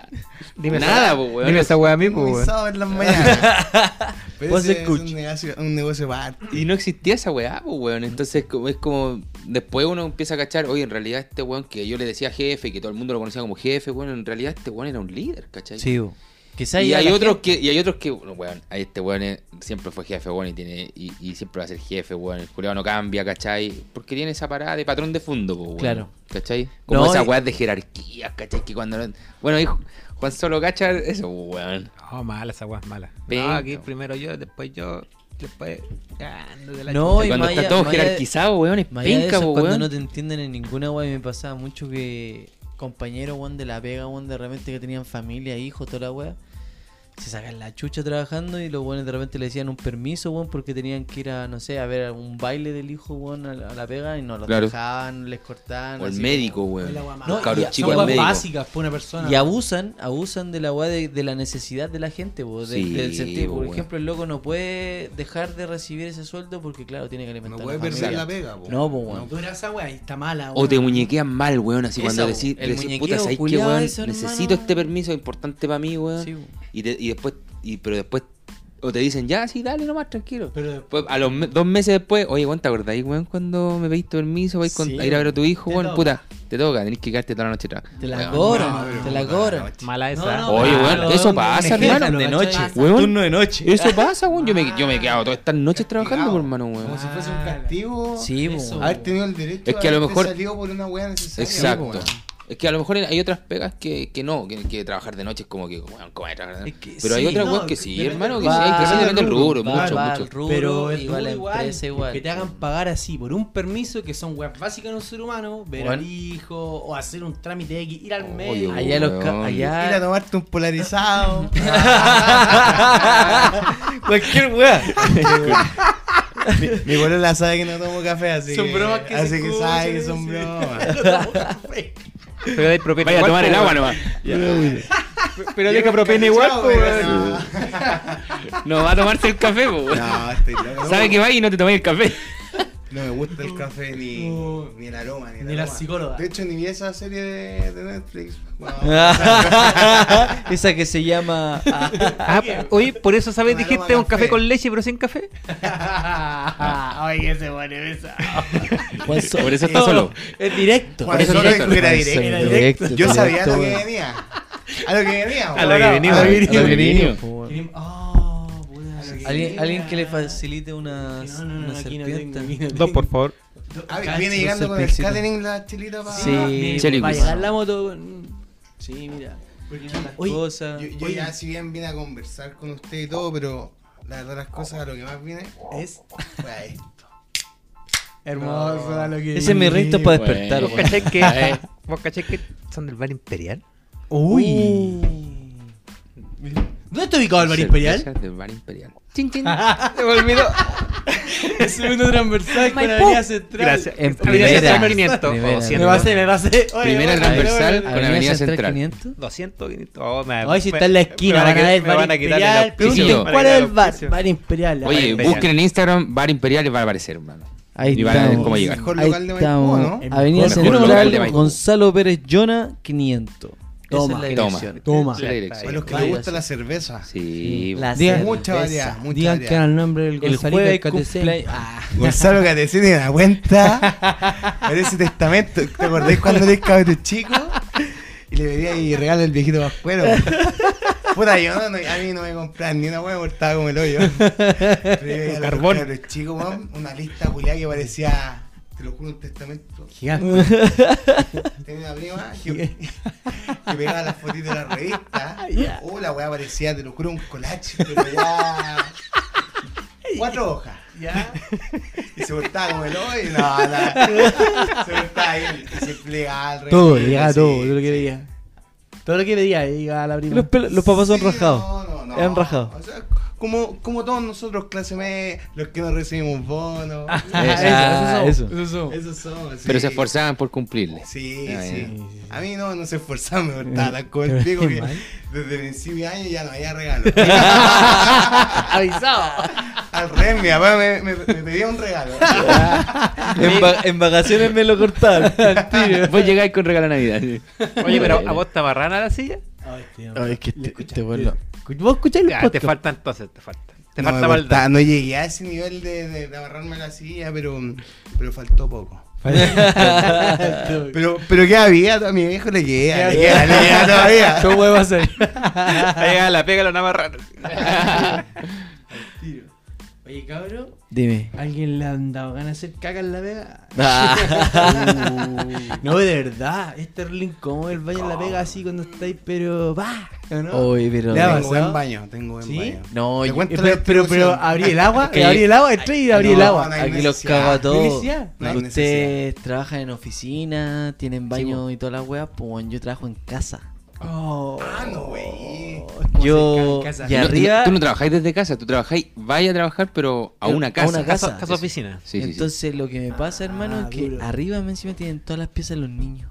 Dime esa-
Nada, po, weón.
Dime esa weá a mí, po,
Muy
weón.
sábado en las mañanas.
pues,
Pero
Vos
ese
el
es
coach.
un negocio, un negocio aparte.
Y no existía esa weá, pues, weón. Entonces como- es como, después uno empieza a cachar, oye, en realidad este weón que yo le decía jefe y que todo el mundo lo conocía como jefe, weón, en realidad este weón era un líder, ¿cachai?
Quizás
y
ya
hay
la
otros que, y hay otros que, bueno, weón, ahí este weón es- siempre fue jefe, weón, y tiene, y, y siempre va a ser jefe, weón, el culiao no cambia, ¿cachai? Porque tiene esa parada de patrón de fondo, po, weón.
Claro.
¿Cachai? Como
No,
esas
y-
weas de jerarquía, ¿cachai? Que cuando no- Bueno, hijo, Juan solo cacha eso, weón.
No, mala esa weá, mala. No,
Venga.
aquí primero yo, después yo, después. Ah, ándate la
No,
chucha.
y
Y cuando
más
está
allá-
todo
más allá de-
jerarquizado, weón, es
Más allá de
penca,
eso,
po,
cuando
weón.
no te entienden en ninguna, weón, me pasaba mucho que compañeros, weón, de la pega, weón, de repente que tenían familia, hijos, toda la weá, se sacan la chucha trabajando y los weones de repente le decían un permiso, weón, porque tenían que ir a, no sé, a ver algún baile del hijo, weón, a la, a la pega y no los
Claro.
dejaban, les cortaban.
O el
así
médico, weón.
No,
Los cabros
y-
chicos
son
al
weas
médico.
básicas, fue una persona.
Y abusan, abusan de la weá de, de la necesidad de la gente, po, de-
Sí,
del sentido. Por
weón.
ejemplo, el loco no puede dejar de recibir ese sueldo porque, claro, tiene que alimentar a
No puede
la
perder
familia.
la pega, po.
No, po, weón.
Dura esa weá y está mala.
O te
weón.
muñequean mal, weón, así
Esa,
cuando
weón.
decís,
El
decís
muñequeo
puta, ¿sabes qué,
culiao
weón?
ese, hermano.
Necesito este permiso, es importante para mí, weón.
Sí, po.
Y, te- y después, y, pero después, o te dicen, ya, sí, dale nomás, tranquilo.
Pero después.
Pues, a los me- dos meses después, oye, weón, ¿te acordáis, weón, cuando me pediste permiso vais con-
Sí,
a ir a ver a tu hijo,
te
weón?
toca.
Puta, te toca, tenés que quedarte toda la noche atrás.
Te la
Weón.
no,
cobran,
pero
te la
puta,
cobran.
Mala esa.
no,
Oye,
pero-
weón,
pero
eso
un-
pasa,
un ejemplo,
hermano.
¿cachai?
De noche.
Weón,
de noche.
Eso pasa, weón. Yo me,
Ah,
yo me he quedado todas estas noches trabajando,
Castigado.
por hermano, weón.
Como si fuese un castigo.
Sí, po,
Eso.
weón.
Haber tenido el derecho
Es que a lo
haberte
mejor-
salido por una wea necesaria. po,
Exacto.
weón.
Es que a lo mejor hay otras pegas que, que no, que, que trabajar de noche es como que, weón, ¿cómo voy a trabajar de
Es
noche?
que
Pero hay
sí,
otras
no,
weón que sí,
depende-
hermano, que
va-
sí, hay que sí, depende del rubro,
va-
mucho,
va
mucho.
al rubro
Pero es
y va a la
duro igual,
empresa igual.
Que te hagan pagar así por un permiso que son weas básicas en un ser humano, ver
Weón.
al hijo o hacer un trámite X, ir al
Oye,
médico.
weón.
Allá los ca-
Weón.
Ah.
Ir a
allá
tomarte un polarizado.
cualquier weá.
Mi la sabe que no tomo café, así
Son
que...
bromas que se
Así que sabe que
escuchan,
son
sí.
bromas.
Pero de propina
Vaya a
igual,
tomar
po,
el
weón.
agua nomás.
Pero de que propina igual, po,
pues,
weón.
No,
No va a tomarse el café, po, weón.
no, estoy loco.
Sabe que va y no te tomáis el café.
No me gusta el café ni,
No.
ni el aroma. Ni, el
Uh, Ni la
aroma.
psicóloga.
De hecho, ni vi esa serie de, de Netflix. Wow.
Esa que se llama
Ah, oye, por eso sabes,
Con
dijiste
aroma a
un café
café.
con leche, pero sin café.
Oye, ese bueno, esa.
Juan Solo.
Por eso está solo.
Es directo.
Juan
Por eso
Solo
directo,
dijo que era
Solo,
Juan
directo. Era directo.
directo,
Yo sabía a lo que
directo,
venía. A lo que venía.
A lo que
weón.
venía,
A lo que
venía.
venía.
Oh, puta,
Alguien-
Alguien, alguien que le
facilite
facilite
No,
una,
no, no,
una
aquí no
serpiente.
tengo, aquí no
Dos, por favor.
Ah, viene llegando con el
serpincito.
catering la chilita para...
Sí.
Va a
Chelicus.
llegar Ah, la moto. mm, Sí, mira. Oye,
Cosa.
Yo, yo ya si bien vine a conversar con usted y todo, pero la verdad las cosas a lo que más vine
es
fue a esto.
hermoso a lo que.
Ese es mi
viví,
rito para
bueno.
despertar.
Vos
weón.
¿Cachai que, vos cachai que son del bar imperial?
Uy. ¿Dónde está ubicado el bar imperial?
Cervezas del Bar Imperial.
Se me olvidó.
El segundo transversal con la
Maipú.
avenida central.
Gracias.
En
Avenida
primera.
Central 500
Primera.
o
Me
Me
100,
pasé, me pasé. Oye,
Primera
oye,
transversal.
oye, oye.
Con Avenida Central.
500.
200, 500. Oh, me,
Hoy si
me-
está en la
me
esquina,
van
van
a
a
qui-
ver
me van
Bar
a quitar el
Imperial.
auspicio. Me
pregunten
van a
Pregunten
quitar
cuál es
el
el bar.
auspicio.
Bar imperial.
Bar
Oye,
Imperial.
busquen en Instagram Bar Imperial y va a aparecer, hermano.
Ahí
Y van a ver
estamos.
cómo llegar.
Mejor
Ahí
local de Maipú, ¿no?
estamos. Avenida
Mejor local de
Central,
Maipú.
Gonzalo Pérez Llona, 500.
Toma.
Esa es la
Toma.
dirección.
Toma.
Esa es la dirección.
A los que
Vaya,
les gusta
sí.
la cerveza.
Sí.
La
Digan-
Mucha variedad, mucha
Digan que
variedad.
era el nombre del
El
Gonzalito
jueves
del
cumple...
Catecén.
Ah,
Gonzalo Catecín en la cuenta. Parece testamento. ¿Te acordáis cuando eres cabrón chico? Y le pedía y regalo el viejito pascuero. Puta, yo no, no- a mí no me compraban ni una hueá porque estaba como el hoyo.
Carbón.
Carbón. chico, weón, una lista culiada que parecía, te lo juro, un testamento.
Gigante.
Tenía una prima ah, que, que pegaba las fotitos de la
Ah,
revista. Oh, la weá parecía, te lo juro, un collage, pero ya. Cuatro hojas.
Ya.
Y se cortaba como el hoy. No, no. Se cortaba ahí. y Se plegaba al
Todo,
revés,
llegaba
así.
todo, todo lo que veía. Todo lo que veía, llegaba la prima.
los, pel- los papás son
Sí,
rajados.
No, no, no.
Eran rajados.
O sea, como, como todos nosotros, clase media, los que no recibimos bonos.
Ah, eso.
Esos son.
Pero
sí.
se esforzaban por cumplirle.
Sí,
Ah,
sí. A mí no, no se esforzaba, me cortaba la cola el pico que desde principio de año ya no había regalo.
Avisado.
Al revés, mi papá me, me, me pedía un regalo.
En, va- en vacaciones me lo cortaron. Al tiro.
Vos llegáis con regalo de Navidad. sí.
Oye, pero ¿a vos te amarran a la silla?
Ay, es que este, este vuelo.
¿Vos escucháis los
Ya, te
podcasts?
falta entonces, te falta. Te
no, me
falta
cortaba,
maldad.
no llegué a ese nivel de, de, de agarrarme la silla, pero, pero faltó poco. Pero, pero ¿qué había? A mi viejo le queda, le queda, le queda todavía.
¿Cómo va a ser?
Pega la pega, lo amarran.
Oye, cabrón,
Dime.
¿alguien le han dado ganas de hacer caca en la vega?
Ah.
no, de verdad, es terrible incómodo el baño en la vega así cuando estáis, pero va. ¿o no?
Oye, pero.
Le
Tengo buen
pasado?
baño, tengo buen
¿Sí?
baño.
No,
Te
yo-
cuento
Eh,
la
pero, pero, pero
distribución.
abrí el agua,
Ok.
abrí el agua, entré y abrí el
No,
agua.
no hay
Aquí los
necesidad.
cago a todos.
Felicidad.
No hay
Ustedes trabajan en oficina, tienen baño
po.
y toda la wea, pues yo trabajo en casa.
Oh,
Ah, no, güey.
es como
Yo-
hacer caca en casa.
Y
No,
arriba-
Tú no trabajáis desde casa, tú trabajáis, vais a trabajar, pero a
Pero
una
a
casa.
una casa.
Casa oficina.
Sí, sí, sí.
Entonces lo que me pasa, hermano, es que
Ah, duro.
arriba me encima tienen todas las piezas los niños.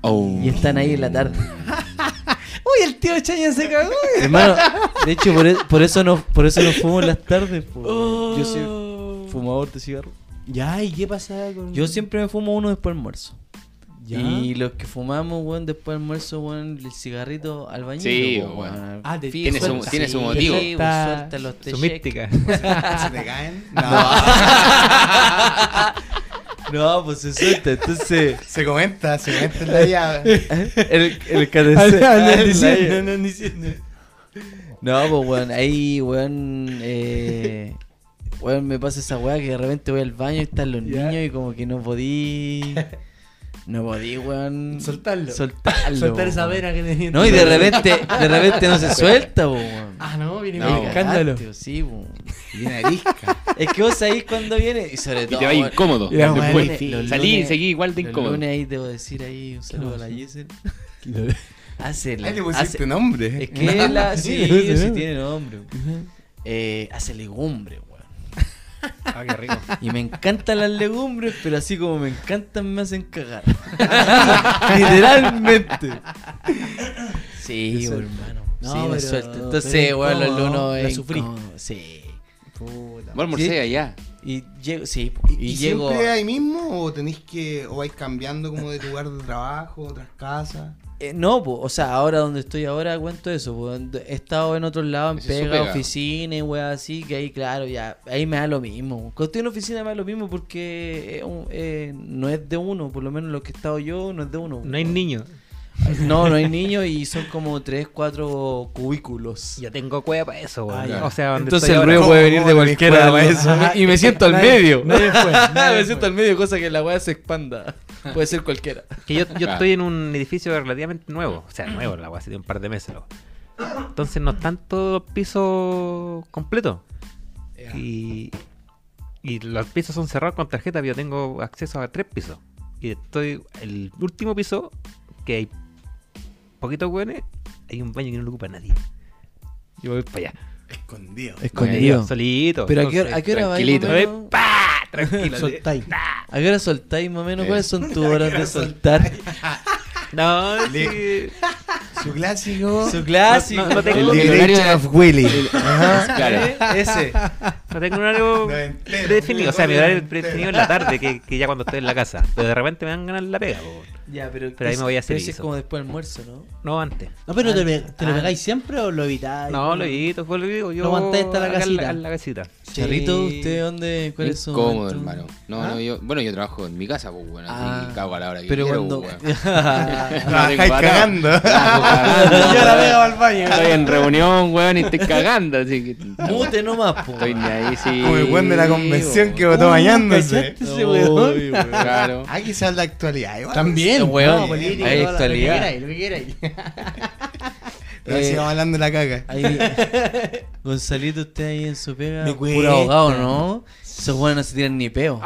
Oh.
Y están ahí en la tarde.
Uy, el tío Chayan se cagó.
hermano, de hecho, por, e- por eso no, por eso no fumo en las tardes. po.
Oh.
Yo soy fumador de cigarro.
Ya, ¿y qué pasa con.?
Yo siempre me fumo uno después del almuerzo.
Ya.
Y los que fumamos, weón, después del almuerzo, weón, el cigarrito al baño.
Sí, weón.
Ah, te-
Tiene su- tiene su motivo.
Suelta los
Su
techos.
mística.
¿Se te caen? No.
No, pues se suelta. Entonces,
se comenta, se comenta en la llave.
el, el
Andan diciendo, andan diciendo.
No, pues weón, ahí, weón, eh, weón, me pasa esa weá que de repente voy al baño y están los
Ya.
niños y como que no podí, no podí, weón.
Soltarlo.
Soltarlo.
Soltar esa
weón.
vena que tenía.
No, y de repente, de repente no se suelta, po, weón.
Ah, no, viene
No,
con
weón.
escándalo.
Cagaste, Sí, po.
Viene arisca.
Es que vos sabés cuando viene y sobre
Y
todo,
te va
weón,
incómodo.
Ya,
después.
bueno,
los
Salí y
lunes-
seguí igual de
los
incómodo.
lunes ahí debo decir ahí un saludo a la Yesel. Hace la-
Ahí le
hace-
pusiste nombre.
Es que la. Sí,
Sí, sí,
sí,
sí.
tiene nombre. weón. Eh, hace legumbre, weón.
Ah, qué rico.
Y me encantan las legumbres, pero así como me encantan, me hacen cagar.
Literalmente.
Sí, weón, hermano.
No,
sí, me
pero-
suelta.
pero
Entonces, weón, los
incómodo,
lunos.
la
es
sufrí.
incómodo, Sí.
Puta.
Vos almorcé
Sí.
allá.
Y llego, sí, po,
¿Y,
y,
y
llego.
siempre ahí mismo o tenés que o vais cambiando como de lugar de trabajo, otras casas?
eh, no, po, o sea, ahora donde estoy ahora cuento eso. po, donde He estado en otros lados, en
Ese es su
pega,
pega.
oficina y weón, así, que ahí, claro, ya. Ahí me da lo mismo. Cuando estoy en oficina me da lo mismo porque es un- eh, no es de uno, por lo menos lo que he estado yo no es de uno.
No hay
po.
niño.
No, no hay niños y son como 3, 4 cubículos.
Yo tengo cueva para eso,
Ah,
weón.
ya.
o sea, donde
Entonces
estoy
el
ahora-
ruido puede venir
¿Cómo
de
le
cualquiera
cuadra
de
eso?
los- Y me siento al
Nadie-
medio.
nadie fue, nadie
me
fue.
siento al medio, cosa que la weá se expanda. Puede ser cualquiera.
Que yo, yo
Ah.
estoy en un edificio relativamente nuevo. O sea, nuevo, la weá, hace un par de meses. la weá. Entonces no están todos los pisos completos. Y, y los pisos son cerrados con tarjeta, pero yo tengo acceso a tres pisos. Y estoy el último piso, que hay poquitos hueones, hay un baño que no lo ocupa nadie. Yo voy para allá.
Escondido.
Yo,
Escondido.
solito.
Pero a qué hora,
Entonces,
a qué hora vais,
tranquilito.
más o menos?
¡Pah! Tranquilo.
Soltáis.
¿A qué hora soltáis más o menos?
Eh.
¿Cuáles son tus horas de soltar?
No,
Le-
sí.
Su clásico.
Su clásico.
No, no, no tengo-
El
El
Direction of Willy. Ajá.
Claro.
Ese.
No tengo un horario
Noventero,
predefinido. O sea, mi horario
noventero.
predefinido es la tarde, que, que ya cuando estoy en la casa. Pero de repente me dan ganas la pega. po.
Ya, pero.
Pero ahí me voy a hacer
Ese es
guiso.
como después del almuerzo, ¿no?
No antes.
No, pero te, pe- te lo
Ah.
pegáis siempre o lo evitáis.
No, lo evito, fue lo digo. Yo
Lo aguantáis hasta la
acá en
casita.
en la casita.
Charrito, ¿usted dónde? ¿Cuál es su
Incómodo,
momento?
hermano. No,
¿Ah?
no, yo. Bueno, yo trabajo en mi casa, pues, bueno.
Ah.
así que cago a la hora que
Pero
quiero,
cuando.
pues, weón.
Ah,
No tengo
Trabajáis
pata.
cagando.
Trabajo cagando.
Yo la veo al baño.
Estoy en reunión, weón, y estoy cagando, así que.
Mute nomás, po.
Estoy ni ahí, sí.
Como el buen de la convención que votó
Uh,
bañándose. Oh.
¿cachaste ese weón?
Claro.
Hay que saber Ah, la actualidad. igual.
También.
Sí,
weón.
no, política.
Hay actualidad.
Lo que queráis, lo que queráis.
Pero sigamos hablando de la caca.
Ahí, Gonzalito, usted ahí en su pega.
Me
Puro abogado, ¿no? Esos weones no se tiran ni peo.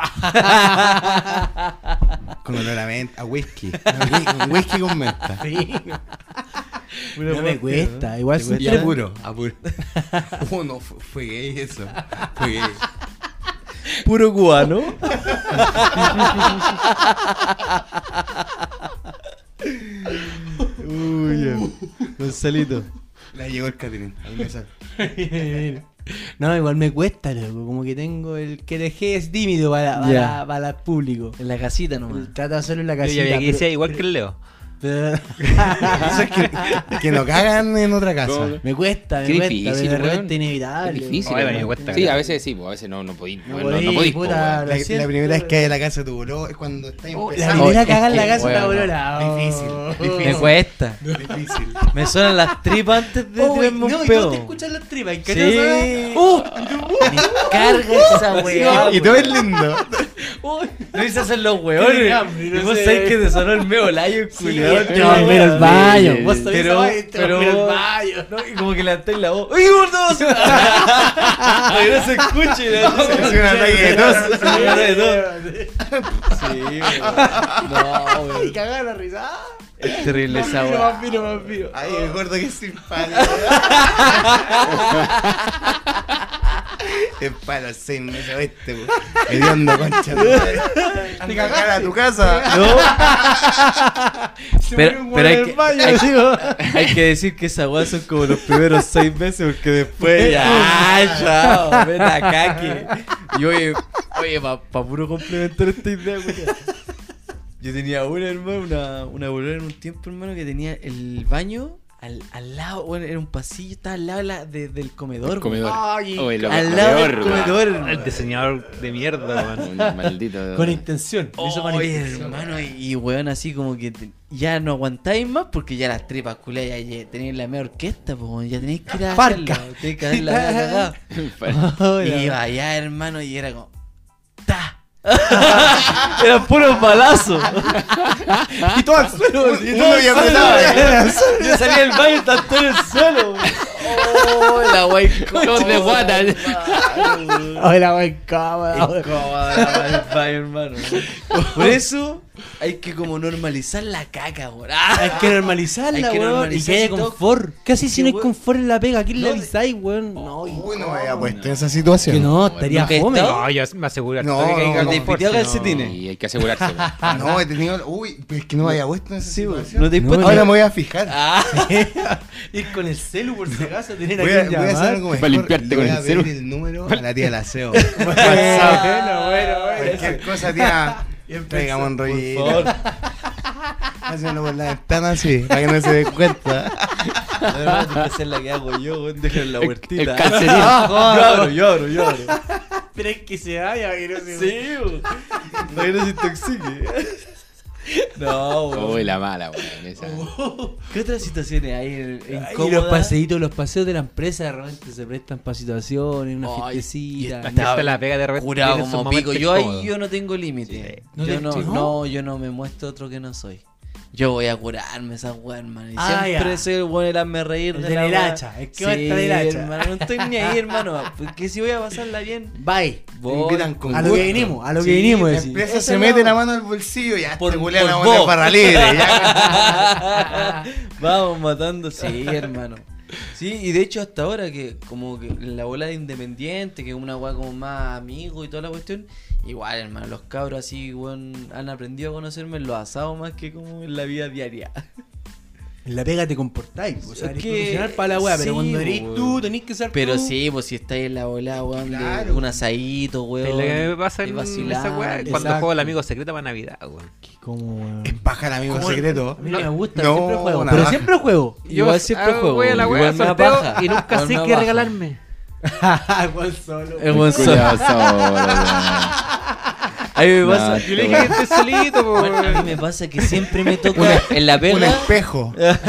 Con olor a, menta- a whisky. A whi- con whisky con menta.
No me cuesta. Igual son
Y
tres-
apuro. Apuro. Oh, no, fue, fue gay eso. Fue gay.
puro cubano. Uy, ya. Gonzalito.
La llegó el catering. Ahí me sale.
No, igual me cuesta, loco. Como que tengo el que dejé es tímido para, para,
Ya.
para el público.
En la casita nomás.
Trata de hacerlo en la
Yo ya
casita.
vi que
pero-
decía igual que el Leo.
pero-
Eso es que, que no cagan en otra casa.
me cuesta, me
Qué
cuesta.
difícil,
pero de
weón.
repente inevitable.
Es difícil.
Ay,
hermano.
me cuesta
sí,
cagar.
a veces sí, pues, a veces no, no podís.
No
weón, no, no
podís,
podís,
puta,
po, weón.
Lo
La,
siento,
la primera vez
pero-
que hay en la casa tu boló es cuando está
La
empezando.
primera
es
cagada en la
que,
casa está
weón,
volada.
difícil,
Me
difícil.
cuesta.
Difícil.
Me suenan las tripas antes de
Oh, güey,
tirarme
no,
un
y tú
peo.
te escuchas las tripas. ¿cachai?
Sí. Oh.
¡Uh!
Me carga esa weá.
Y todo es lindo.
Uy, Lo hice hacer los
Tiene
weones.
hambre, no
y vos
sé.
sabés que te sonó el medio layo, culiao.
te vas a ver al baño. Vos sabés esa
Pero,
vaina, te vas a
pero,
ver al
¿no? Y como que levantáis la voz. ¡Uy, gordo! Para que no se escuche. ¿no?
Es un ataque de tos.
Sí, una de dos.
Y cagada la risa.
Es terrible esa
Mira,
weá.
más fino, más fino.
Ay, me acuerdo que es simpático. Es para seis meses oeste, po. Hediondo, concha. tu madre. Anda a cagar a tu casa.
Pero, pero hay, que, hay, hay que decir que esa weá son como los primeros seis meses porque después ya, chao, ven acá que. Y oye, oye para puro complementar esta idea, culiao. Yo tenía una, hermano, una, una bolera en un tiempo, hermano, que tenía el baño al, al lado, bueno, era un pasillo, estaba al lado de la- de- del comedor.
El comedor.
Ay,
Oye, lo
Al lado del
peor, weón.
comedor, hermano.
El diseñador de mierda, man.
Un Maldito.
Con intención. lo hizo con
Oh, Oye,
intención.
hermano, y, y weón, así como que te- ya no aguantáis más porque ya las tripas culias ya, ya tenéis la media orquesta, po, weón, ya tenéis que ir a
Parca.
hacerla, tenéis que haberla cagado.
Ay,
Y
la-
iba allá, hermano, y era como. ¡Ta! Eran puros balazos.
Y todo al suelo. y todo
Uno
al
ya
suelo.
apretaba.
Yo salí del baño y estaba todo en el suelo. weón. Oh, la wey,
Dos de guata.
Hola, buen cámara.
hermano. Por eso hay que como normalizar la caca, weón.
Hay que normalizarla,
Hay que
weón. Y
normalizar
que haya
si todo-
confort. Casi
que,
si no hay
weón-
confort en la pega, ¿a quién le
No,
avisáis, weón? No, y-
Uy, no me había puesto en esa
que
situación.
no, estaría
¿Nunca he
fome.
estado?
No, yo me aseguro al
No,
toque que
no,
hay
no.
que
Piteo
confort, si no-
calcetines.
Y hay que asegurarse. weón.
Ah, No, he tenido. Uy, pero es que no me había puesto en esa
Sí, weón.
situación.
No te Ah,
No,
importa.
no.
Ahora me voy a fijar.
Ir con el celu por si acaso, tener
Voy a, voy a hacer algo mejor.
Para limpiarte
Le
con
voy a
el
pedir
celu.
el número a la tía del aseo.
Bueno, bueno,
Cualquier cosa, tía. Traigamos un rollito. Por favor. Hácenlo por la ventana así, para que no se dé cuenta.
Esa es la que hago yo, weón. Déjalo en la
El,
huertita.
el calcetín.
Yo abro, yo abro, yo abro.
Pero es que se vaya, que no se
Sí, weón. No que no se intoxique. No, weón.
Uy, la mala, weón. Esa.
¿Qué otras situaciones hay en
Ay,
incómodas?
Y los paseitos, los paseos de la empresa de repente se prestan para situaciones, una
Ay,
fiestecita.
Hasta esta la pega de repente.
Curado
tiene sus
como pico.
momentos
Yo ahí
incómodos.
yo no tengo límite.
¿No
Yo
te-
no,
sí, no?
no, yo no me muestro otro que no soy. yo voy a curarme esa weá, hermano. Y
Ah,
siempre
ya.
soy el weón, el hazme reír.
El
de
del
la weá.
hacha, el que va a estar del hacha.
hermano, no estoy ni ahí, hermano. Porque si voy a pasarla bien,
Bye.
voy.
invitan con
A lo que
gusto.
vinimos, a lo
Sí,
que vinimos.
La
decís.
empresa
Esa
Pues se
es
mete
la-
la mano al bolsillo y ya
Por-
te culean
por
la mano
vos.
para libre. ya.
Vamos matando, sí, hermano. Sí, y de hecho hasta ahora que como que la bola de independiente, que es una weá como más amigo y toda la cuestión, igual hermano, los cabros así, weón, han aprendido a conocerme en los asados más que como en la vida diaria.
En la pega te comportáis. pues, O sea,
Es
eres
que-
profesional para la weá, pero
sí,
cuando eres
po,
tú,
weón.
tenés que ser
Pero
tú.
sí, pues si estáis en la bola, weón, de
Claro.
un asadito, weón.
Es lo que me pasa
y
en
vacilar.
esa weá. Cuando
exacto.
juego el amigo secreto para Navidad, weón.
¿Cómo, weón?
Es paja el amigo secreto.
A mí no, me gusta,
No,
siempre juego.
una
Pero
baja.
siempre juego.
Igual siempre
ah,
juego,
voy a la
igual
weá,
me da
sorteo
paja.
y nunca
Igual me
sé
da
qué
paja.
regalarme.
Juan Ah, solo.
Eh,
El weón solo.
Culeado solo, weón.
A mí me
No,
pasa.
este
Yo le dije
weón.
que esté solito, po,
Bueno, a mí
weón.
me pasa que siempre me toca en la
Un
pega.
espejo.
Igual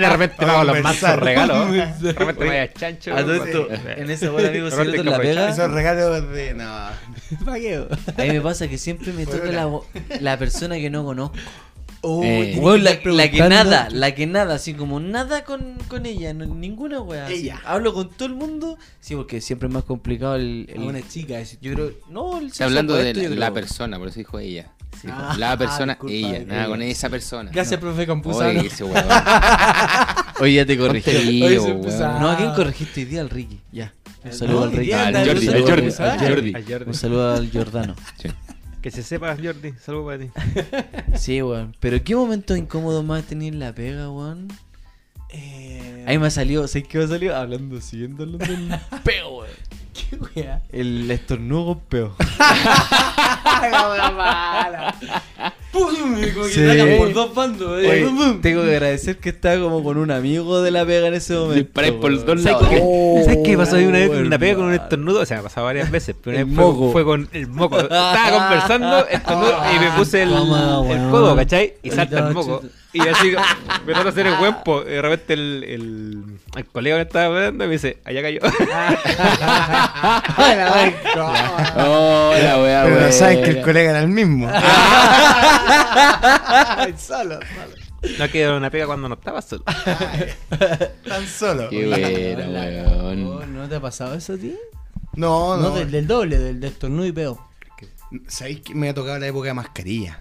de repente me hago los
Conversar.
mazos regalos. De repente me voy a chancho.
A todo
weón.
esto,
Sí.
en esa bola de amigos
Pero
secretos en
tengo
la
que
pega.
Esos regalos de. No.
A mí me pasa que siempre me toca la, bo- la persona que no conozco.
Oh,
Eh,
Weón, la,
estás
la que
preguntando.
nada, la que nada, así como nada con, con ella, no- ninguna wea. así.
Ella.
Hablo con todo el mundo, sí, porque siempre es más complicado el. el-
A una chica, es-
yo creo.
Ah,
No, el sexo
Está hablando de
opuesto, yo
la
creo.
persona, por eso dijo ella. Sí,
Ah,
la persona,
disculpa,
ella, nada,
ella.
con esa persona.
Gracias,
No.
profe
Oye,
Campuzano.
ese weón.
Hoy ya te
Ponte
corregí.
vivo,
Hoy se
weón.
empezaba.
No, ¿a quién corregiste hoy día? Al Ricky. Ya. Un saludo
No,
al
hoy
Ricky.
día
Al
anda-
Jordi,
un
al
saludo
Jordi,
Campuzano.
al Jordi.
Al
Un
Jordi.
saludo al Jordano.
Que se sepa, Jordi. Saludos para ti.
Sí, weón. Pero qué momento incómodo más tener la pega, weón.
Eh,
Ahí me ha salido, ¿sabes qué me ha salido? Hablando, siguiendo hablando del peo, weón.
qué weá.
El estornudo con peo.
Pum, como que
Sí.
sacan por dos bandos. eh.
Oye,
Pum, pum.
tengo que agradecer que estaba como con un amigo de la pega en ese momento.
Disparé por
weón.
todos
¿Sabes
lados.
qué?
Oh,
¿Sabes qué pasó una vez una pega con un
Oh, hermano.
estornudo? O sea, ha pasado varias veces, pero
El
una vez fue-
moco.
fue, con el moco. Estaba conversando, estornudo, y me puse el,
Toma,
el
weón.
codo, ¿cachai? Y salta el
Chuta.
moco. Y yo así, me trata de hacer el huempo. Y de repente el, el, el colega que estaba hablando me dice, allá cayó.
Oh, la weá,
Pero
weá.
sabes que el colega era el mismo.
no quedó una pega cuando no estaba solo.
Tan solo.
Qué buena,
Oh,
weón.
¿No te ha pasado eso a ti?
No,
No,
no.
del, del doble, del de estornudo y peo.
Sabéis que me ha tocado la época de mascarilla.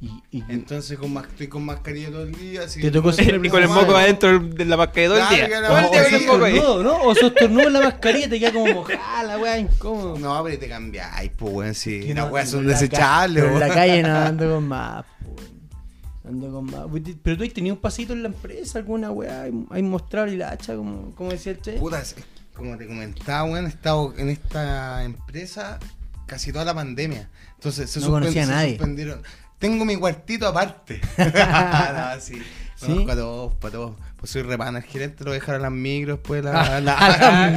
Y, y-
Entonces con mas- estoy con mascarilla todo el día. así
Te
que-
tocó siempre
Y con el moco adentro de la mascarilla todo el día.
Claro, que
Todo el día
no,
con el
sí,
moco ahí.
estornudo, ¿no? O sos tornudo en la mascarilla y te queda como mojada la weá, incómodo.
No, pero te cambiáis, pues, weón. Si
Que
las
no,
weas son
en la ca-
desechables,
pero En la
weón.
calle no ando con más, po, weón. Ando con más. Uy, te- Pero tú has tenido un pasito en la empresa, alguna weá, hay- hay mostrado el hacha, como, como decía el Che.
Puta, es- como te comentaba, weón, he estado en esta empresa casi toda la pandemia. Entonces se,
No
suspen-
conocía a
se
nadie.
suspendieron. Tengo mi cuartito aparte. no, sí.
¿Sí?
Conozco a todos, pa' todos. Pues soy repana, el gerente lo dejaron a las micros, pues la, la-
A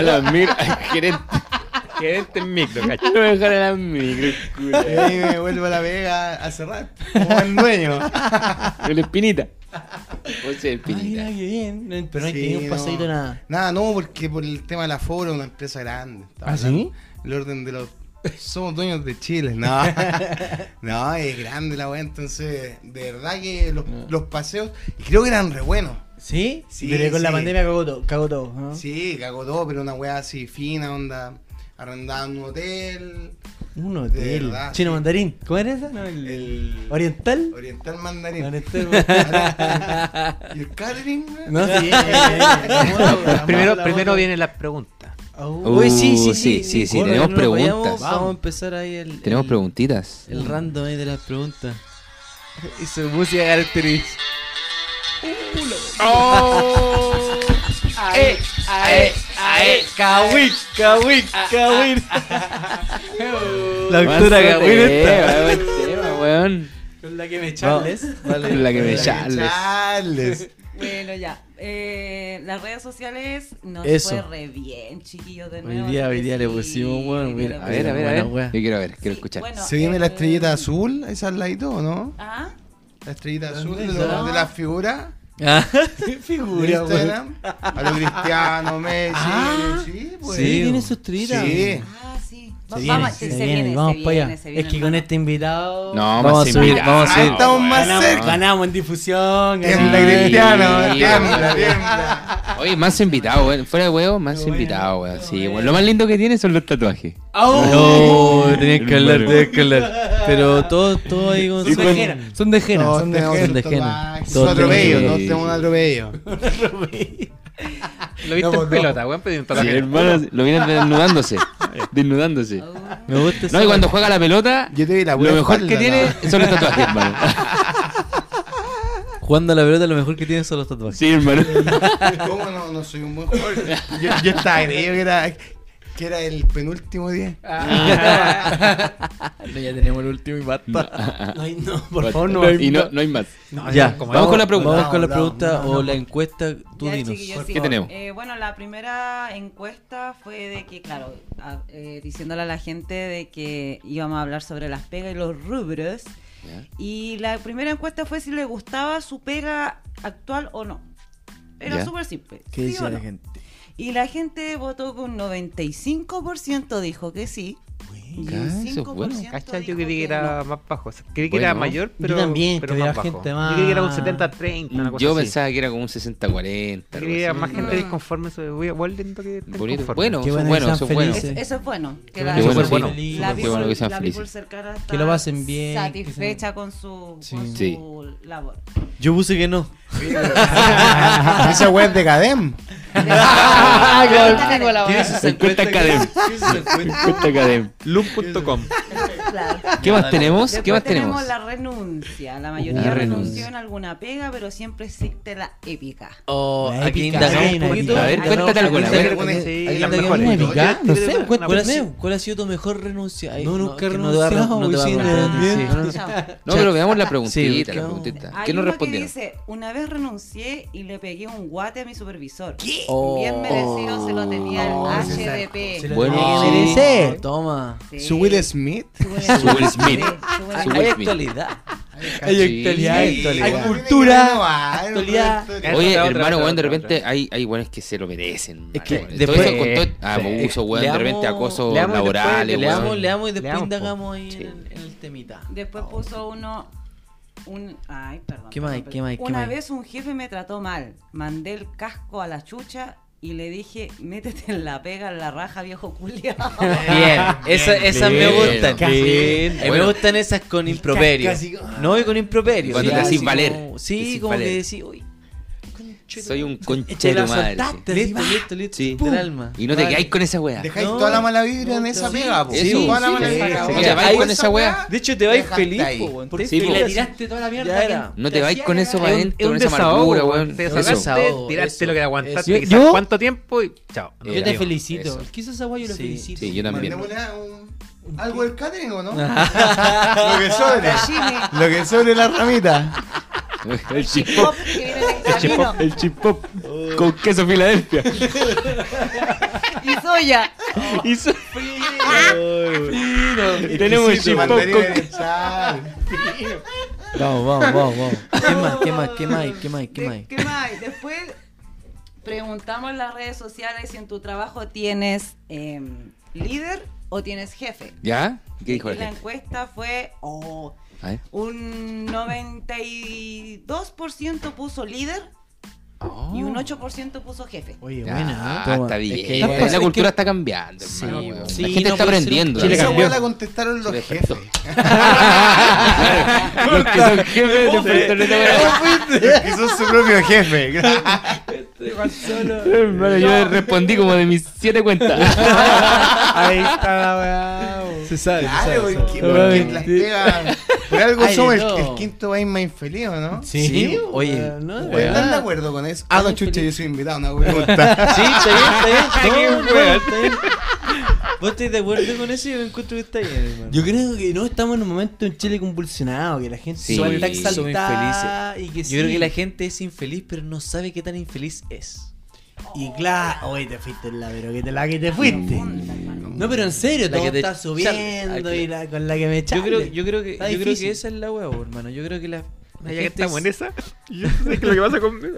la micro, al gerente.
Quédate en micro, ¿cachai?
No me dejaron a la micro, culo.
Y ahí me vuelvo a la vega a cerrar. Como el dueño.
El espinita. O sea, el
Ah, mira,
espinita.
qué bien. No, pero no has
Sí,
tenido un pasadito
no.
nada.
Nada, no, porque por el tema del aforo es una empresa grande. Estaba
¿Ah, sí?
hablando El orden de los. Somos dueños de Chile, no. no, es grande la weá, entonces, de verdad que los,
Ah.
los paseos, y creo que eran re buenos.
¿Sí?
Sí,
Pero con la
sí.
pandemia cagó todo, cagó todo, ¿no?
Sí, cagó todo, pero una weá así fina, onda. Arrendaban un hotel,
Un
De
hotel.
verdad,
Chino
sí.
mandarín. ¿Cómo era esa? No, el-
el.
¿Oriental?
Oriental mandarín.
Oriental.
¿Y el catering, weón?
No, sí. eh,
Primero, primero vienen las preguntas.
Uy, sí, sí, sí, sí, sí, tenemos
no lo vayamos,
preguntas.
Vamos a empezar ahí el.
Tenemos
el-
preguntitas.
El random ahí de las preguntas. Y su música característica.
¡Ae! ¡Ae! ¡Ae! ¡Kawin! ¡Kawin! ¡Kawin!
La doctora Gawin está.
Buen tema, weón.
Con la que me charles.
Vale. La que me chales.
Charles.
Bueno, ya. Eh, las redes sociales nos
Eso.
fue re bien, chiquillos, de
Hoy
nuevo.
día, hoy día le
Sí,
pusimos, weón.
hoy día
Mira,
le
a ver, a ver, a
Buena
ver.
weá. Yo quiero ver, quiero escuchar.
pusimos.
¿Se viene
Sí,
la
bueno,
estrellita
el-
azul? ¿Esa al ladito o no?
¿Ah?
La estrellita azul de,
está?
lo- de la figura
Ah,
de Instagram. A lo Cristiano, Messi. sí, pues.
Sí,
¿Tiene
tiene
sus
sus
Sí.
Ah, sí.
viene,
Va- vamos,
se
sí,
viene, vamos
se
pa' allá.
viene, se
Es
viene,
que con
hermano.
este invitado
No,
vamos
más
a subir,
invitado,
vamos a subir.
estamos
weón.
más
ganamos,
cerca.
ganamos en difusión, ganamos.
Tiembla,
Sí.
Cristiano,
Sí.
tiembla, tiembla.
Oye, más invitado, weón. Fuera de huevo, más invitado, weón. Sí, weón. Lo más lindo que tiene son los tatuajes.
¡Au!
No, tenías que hablar, tenías que hablar. Pero todo, todo ahí con...
Son de Jena, son de Jena,
No,
son de
tenemos
Jena, son de
otro
Jena.
más. Es
Todos
un atropello,
tenemos-
todos tenemos un atropello.
Lo viste
No,
en
pues, no.
pelota, weón, pero en
Sí,
tatuaje.
hermano, lo vienen desnudándose. desnudándose.
Me gusta
No, y cuando juega la pelota,
Yo te vi la
lo
pura
mejor que
espalda,
tiene
la-
son los tatuajes, hermano.
Jugando a la pelota lo mejor que tiene son los tatuajes.
Sí, hermano.
¿Cómo no, no soy un buen jugador? Yo, yo estaba creído que era, que era el penúltimo día.
Ah,
ya tenemos el último y basta.
Ay, no, por favor, no.
Y no, no hay más.
ya,
como-
vamos con la pregunta.
Vamos con la
No, no,
pregunta
no, no,
o
no.
la encuesta, tú
Ya,
dinos.
chiquillos,
¿Qué tenemos?
Eh, bueno, la primera encuesta fue de que, claro, a- eh, diciéndole a la gente de que íbamos a hablar sobre las pegas y los rubros.
Ya.
Y la primera encuesta fue si le gustaba su pega actual o no. Era
Ya.
súper simple.
¿Qué
sí
dice
o
la
no.
gente?
Y la gente votó con 95% dijo que sí. Y un
Ah, eso es
5%
bueno.
Cacha, yo
dijo
creí que
que
era
no.
más bajo. o sea, creí que
Bueno.
era mayor, pero,
también,
pero
que
más
había
bajo.
gente
Yo creí que era un
más.
70-30, una cosa
Yo
así.
pensaba que era como un
Yo
60-40. algo
creí que era
así.
más gente
Mm.
disconforme. sobre- voy a- Igual siento que estén
Bonito.
conformes.
Bueno,
Qué
son
bueno que
buenos,
sean
son buenos.
felices.
Es- eso es bueno. Que
Qué
la,
bueno,
people-
qué bueno.
la,
Qué bueno que
people-
sean
la
felices.
people cercana está
Que lo pasen bien, que se-
Satisfecha con su, con su
Sí.
labor.
Yo puse que no.
Esa web de Cadem.
Ah,
¿Qué dice esa
Encuesta Academ. Encuesta Academ.
Loop.com.
Claro.
¿Qué más tenemos? ¿Qué
Después
más tenemos?
la renuncia. La mayoría
La
renunció
renuncia.
en alguna pega, pero siempre existe la épica.
O
La
Oh, aquí
épica,
indagamos
hay
un
una
poquito.
épica.
A ver,
Indagamos
cuéntate
un
alguna, a
poquito.
ver,
sí,
Aquí
las
indagamos
mejores.
un
Yo-
poquito.
épica, no sé, encuentro
¿Cuál, ha
no sé.
sido- cuál ha sido tu mejor renuncia? Ay,
No, nunca
que
he
no te va a-
renunciado,
no te va a
soy
preguntar,
independiente.
sí, no, no.
Chao.
No, pero veamos la
Sí,
preguntita, la
buscamos.
preguntita.
Hay
¿Qué nos
uno
respondieron?
Que dice, una vez renuncié y le pegué un guate a mi supervisor.
Oh.
Bien merecido se lo tenía el
Oh,
HDP.
Se lo
Bueno,
tiene que
sí.
merecer.
Toma.
Sí.
Su Will Smith.
Su Will
Su Will Smith.
Su Will
Su
Smith.
Will
Hay
Smith.
actualidad.
Sí.
actualidad,
Hay
actualidad.
cultura,
actualidad.
Oye,
Otra, otra,
hermano,
otra,
weón, de
otra,
repente hay, hay weones que se lo merecen.
Es que
hermano.
después-
todo eso con todo,
Sí.
abuso, weón, de
Leamos-
repente acoso
leamos después,
laboral.
le
weón.
Leamos, leamos y después
Leamos, po.
indagamos ahí
Sí.
en, en el temita. Oh.
Después pues. puso uno. Un, ay, perdón.
¿Qué más hay?
perdón,
¿Qué más hay? ¿Qué
Una
más hay?
vez un jefe me trató mal. Mandé el casco a la chucha y le dije, métete en la pega en la raja, viejo culiao.
Bien, esa- esas
bien,
me gustan.
bien.
Eh,
Bueno.
me gustan esas con improperio.
casi-
no, y con improperio.
Cuando
sí,
te
así
decís
como-
valer.
Sí,
Decís
como
valer.
que decís, uy,
Soy un conche
te
de
la
tu madre.
soltaste.
sí.
Listo, listo, listo.
Sí.
Del alma.
Y no te
Vale.
quedáis con esa weá.
Dejáis
No.
toda la mala vibra en esa
Sí,
pega, po.
sí,
toda la
sí,
mala
sí,
vibra.
sí.
po.
O sea, vais
Ahí
con esa weá.
De hecho, te vais
Dejaste
feliz,
ahí.
po, weón.
Por-
Te
sí,
vais
po.
feliz.
Le
tiraste toda la mierda
Ya
que-
era.
No te vais con eso para
Es un,
adentro, con
un
esa
desahogo,
amargura,
weón.
weón.
Te
Eso.
desahogaste,
Eso.
tiraste lo que te aguantaste,
Yo-
quizás
yo-
cuánto tiempo y chao. no
Yo te
digo.
felicito.
Eso.
El que hizo esa guay yo lo
Sí.
felicito.
Sí, yo también.
Mandémosle a un- algo del catering o no? lo que sobre. lo que sobre la ramita.
El chip pop.
que viene en el
El chip
camino.
pop. El chip pop. Con queso Filadelfia.
Y soya.
Y so-
Ah.
Fino.
tenemos el
Sí,
chip pop
mandarina
con.
de sal.
Vamos, vamos, vamos, vamos.
¿Qué más? ¿Qué más? ¿Qué más? hay? ¿Qué más? hay? ¿Qué
De-
más? hay?
¿Qué más? hay? Después preguntamos en las redes sociales si en tu trabajo tienes em, líder o tienes jefe.
¿Ya? ¿Qué dijo
y
la
la
gente?
encuesta fue oh,
A ver.
un 92% puso líder y un 8% puso jefe.
Oye,
Ah,
buena. ¿eh?
está
Toma.
bien.
Es que
la
igual-
cultura está cambiando,
Sí,
hermano,
weón.
weón.
Sí,
la gente
no
está
puede ser un
aprendiendo.
Chile
Esa
weón.
weá la contestaron los jefes.
Claro, Los que son jefes de frente no te van a-
que son su propio jefe.
Hermano, yo le respondí como de mis siete cuentas.
Ahí está la weá. bo.
Se sabe.
Claro, porque, porque
Obviamente.
en las pegas. Por algo
Ay,
somos el,
no.
el quinto país más infeliz, ¿o no?
Sí,
Sí,
bo,
oye,
no, de
Pues, ¿Están de
verdad.
acuerdo con eso? Ah, no, chucha, yo soy invitado, no pregunta.
Sí, está bien, está bien. No, no, está bien. ¿Vos estáis de acuerdo con eso? Yo encuentro que está bien, hermano.
Yo creo que no estamos en un momento en Chile convulsionado, que la gente
Sí,
igual está
somos
exaltada y que
Yo
sí.
creo que la gente es infeliz, pero no sabe qué tan infeliz es.
Y claro, oye, te fuiste en la pero que te la que te fuiste.
Onda, hermano.
No, pero en serio,
La
todo
Mm. que te
está subiendo
chale.
y la, con la que me
Yo
chale.
creo, yo creo que,
Está
yo creo
difícil.
que esa es la hueá, hermano. Yo creo que la, la
Ah, Ya que
gente
estamos
es-
en esa, yo sé que lo que pasa conmigo.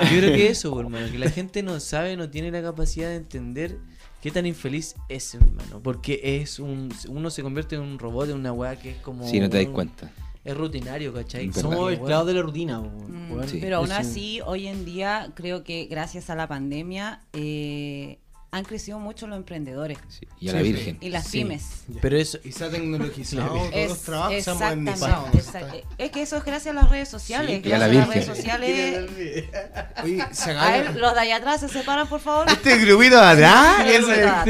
pues, Yo creo que eso, po, hermano, que la gente no sabe, no tiene la capacidad de entender ¿Qué tan infeliz es, hermano? Porque es un. Uno se convierte en un robot, en una weá que es como.
Si no te das
un-
cuenta.
Es rutinario, ¿cachai?
Verdad.
Somos
Somos
weón.
esclavos de la rutina, po,
Mm,
weón.
Sí.
Pero aún
Es un-
así, hoy en día, creo que gracias a la pandemia eh, han crecido mucho los emprendedores
Sí, Y a
Sí,
la
sí.
Virgen.
y las
Sí.
pymes.
Pero eso.
Y se ha tecnologizado, todos los trabajos se han
exactamente,
modernizado.
exacta- es que eso es gracias a las redes sociales.
y a
gracias
la
a las
Virgen.
redes sociales.
Oye, se
A él,
agarra.
los de allá atrás se separan, por favor. Ah,
Este grupito de atrás.
Sí,
ese-
verdad.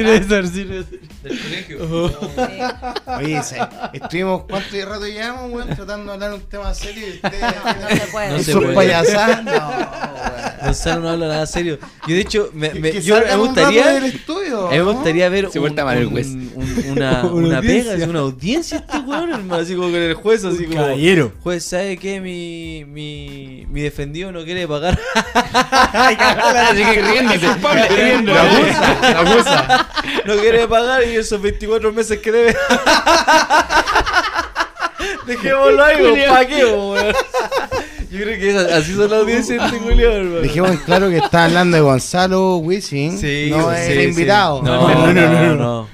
Del colegio.
Sí.
Oye, se- estuvimos cuánto rato llevamos, weón, tratando de hablar un tema serio y ustedes.
No se puede.
No se
Sus
puede.
payasadas, no,
Gonzalo no habla nada serio. Yo, de hecho, me,
weón.
me-
Que
yo me
salgan un rato del
gustaría.
estudio,
A mí me
¿no?
gustaría ver
Se vuelta mal el juez.
un- una,
Una
una pega,
audiencia.
así, una audiencia este weón, hermano, así como con el juez, así como.
caballero.
Juez, ¿sabe qué? Mi, mi, mi defendido no quiere pagar.
Así que riéndose.
Lo abusa, lo abusa.
No quiere pagar y esos 24 meses que debe. Dejémoslo ahí, ¿para qué, po, weón? Yo creo que esa- así son las audiencias de este culiao, hermano.
Dijimos en claro que está hablando de Gonzalo Wisin,
Sí,
no
sí,
es
sí.
el invitado.
No, no, no. no, no.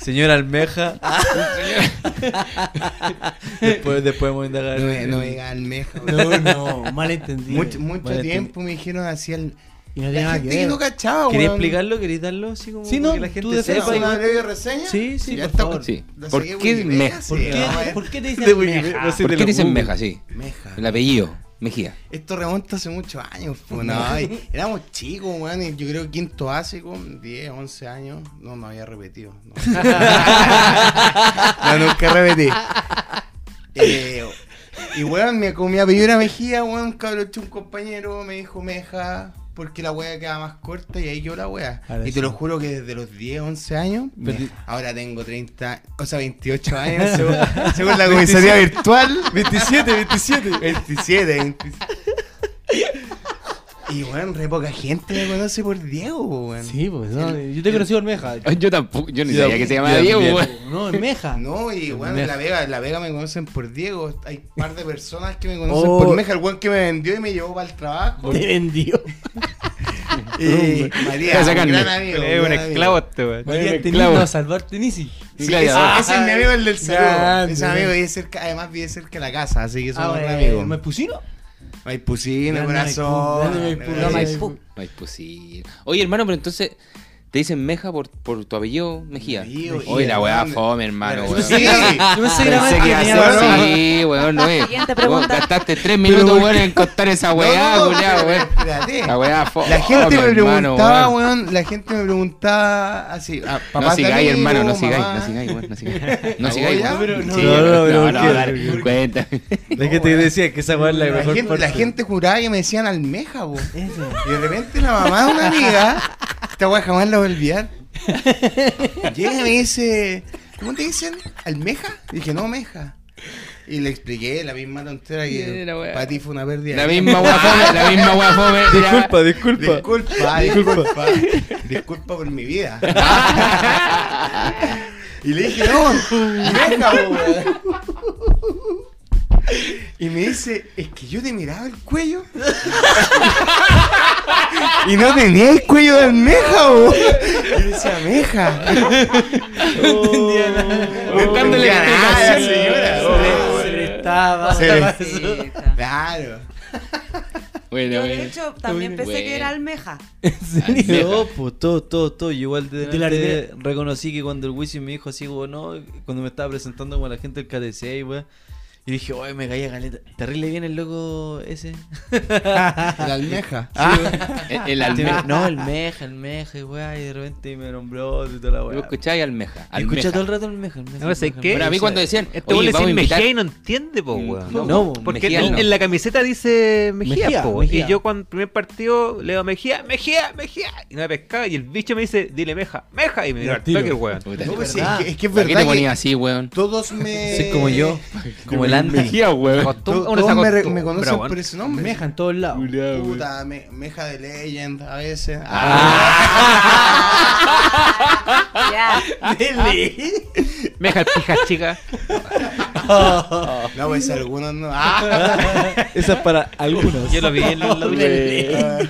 Señora Almeja. después, después vamos a indagar.
No me, no me diga almeja. weón.
No, no, malentendido.
Mucho, mucho
Vale,
tiempo me dijeron así al.
Y no tiene
La
nada
gente
que
que
ver.
no cachaba,
¿Queréis
weón.
explicarlo? ¿Queréis darlo así como
Sí, no,
que la
tú
gente
de
¿Hacemos
sepa?
frente.
y-
una breve reseña?
Sí, sí,
Ya
por
está-
favor.
Sí.
la
¿Por
saqué
qué
Wikipedia,
meja?
sí,
¿Por
weón.
qué, ¿Por qué te
De
dicen
Wikipedia,
meja?
no sé,
¿Por
de
qué
la
dicen
Google.
Meja? Sí.
Meja.
El apellido, Mejía.
Esto remonta hace muchos años, pues, no, y éramos chicos, weón, y yo creo que quinto básico, 10, 11 años, no, no había repetido. No, No, nunca repetí. Eh, y weón, me, como me apellido era Mejía, weón, cabrón, un compañero me dijo Meja, porque la wea queda más corta y ahí yo la wea.
Ahora
Y
sí.
te lo juro que desde los 10, 11 años,
Pero-
Meja. ahora tengo 30, o sea, 28 años, según, según la comisaría virtual.
27, 27.
27, 27. Y bueno, re poca gente me conoce por Diego, po, weón.
Sí, pues no, yo te conocí por Meja.
Yo tampoco, yo ni
Yo
sabía que se llamaba
también.
Diego, weón.
No, en Meja.
No, y bueno, en La Vega, en La Vega me conocen por Diego. Hay un par de personas que me conocen
Oh.
por Meja, el weón que me vendió y me llevó para el trabajo.
Te vendió.
Y María, un
Sacarle.
gran amigo.
Es un
gran
esclavo
amigo.
este, weón.
María
me
Tenisi,
clavo.
no, a salvar Tenisi.
Sí,
Claro,
ese,
ah,
ese es mi amigo, el del saludo.
grande.
Ese amigo vive cerca, además vive cerca de la casa, así que somos un
Ah, bueno,
amigos.
¿Me pusino?
Maipusino,
Grande Maipú,
corazón.
grande
No,
Grande
Maipú.
Maipú.
No hay posible. Oye, hermano, pero entonces te dicen Meja por, por tu apellido Mejía.
Mejía,
Oye, la weá
grande.
fome, hermano,
Grande.
weón.
Sí.
Yo me sé
Pensé que iba a
tenía
ser
razón.
así, weón, no es.
Siguiente
Weón,
pregunta.
gastaste tres minutos,
¿por
weón, en contar esa weá,
No, no,
culiao,
pero
weón.
espérate.
La weá fome.
La gente me
hermano,
preguntaba, weón, la gente me preguntaba así, "Ah, a papás
No
de
sigáis,
amigos,
hermano, no
mamá.
sigáis, no sigáis, weón, no sigáis. No
¿La
sigáis,
voy a?
weón. Sí,
Pero no,
weón.
no, pero
no,
¿por qué?
no, dale, cuéntame.
La gente que decía que esa weá es la
La
mejor
gente, la
parte.
gente juraba que me decían almeja, po. Y de repente la mamá de una amiga, esta weá jamás la voy a olvidar, llega y me dice, ¿cómo te dicen? ¿Almeja? Y dije, no, meja. Y le expliqué la misma tontera
Sí,
que
la weá.
para ti fue una pérdida.
La misma weá fome, la misma weá fome. ya.
Disculpa, disculpa.
Disculpa, disculpa. Disculpa por mi vida. y le dije, no, venga, po, weón. Y me dice, es que yo te miraba el cuello. y no tenía el cuello de almeja, weón. Y yo decía, almeja.
Oh,
Oh,
Buscándole
No entendía nada,
explicación.
señora.
Oh,
Se prestaba.
Se
estaba
ve.
eso.
Sí, está.
Claro.
Bueno,
Yo de
bueno.
hecho también pensé
Bueno.
que era almeja.
No, pues todo, todo, todo. Yo igual de
De la
delante reconocí que cuando el Wisin me dijo así, weón, no, cuando me estaba presentando con la gente del KTC, weón. Y dije, oye, me caía caleta. Terrible bien el loco ese.
La almeja.
Ah, El- El
Te-
almeja.
No, el meja, el meja, y weá, y de repente me nombró y toda la
Yo
weá.
escuchaba y almeja.
Y Escucha
almeja.
todo el rato el meja, el meja.
No,
el
sé
meja, el
qué.
meja.
Bueno, a mí cuando decían,
Este
oye,
weón le
vamos a
dicen
invitar...
Mejía y no entiende, po, weón.
No,
No, po.
Porque
Mejía
en,
no.
en la camiseta dice Mejía,
Mejía,
po,
Mejía.
y yo cuando el primer partido leo Mejía, Mejía, Mejía, y no me pescaba, y el bicho me dice, dile Meja, Meja, y me dio al toque el weón.
Puta,
No, pues,
¿Por
sí, es, que, es que es
qué te
verdad
ponía
que
así, weón?
todos me...
Soy como yo, como el Andy.
Mejía, weón.
Acostum-
To-
uno se
Todos me, re-
acostumbra,
me conocen
weón.
por ese nombre.
Meja en todos lados.
Puta, me- meja de legend a veces.
Ah.
Ya.
Meja, pija chica.
Ah, no, pues algunos no. Ah,
Esa es para algunos.
Yo lo vi en la ducha.
ah,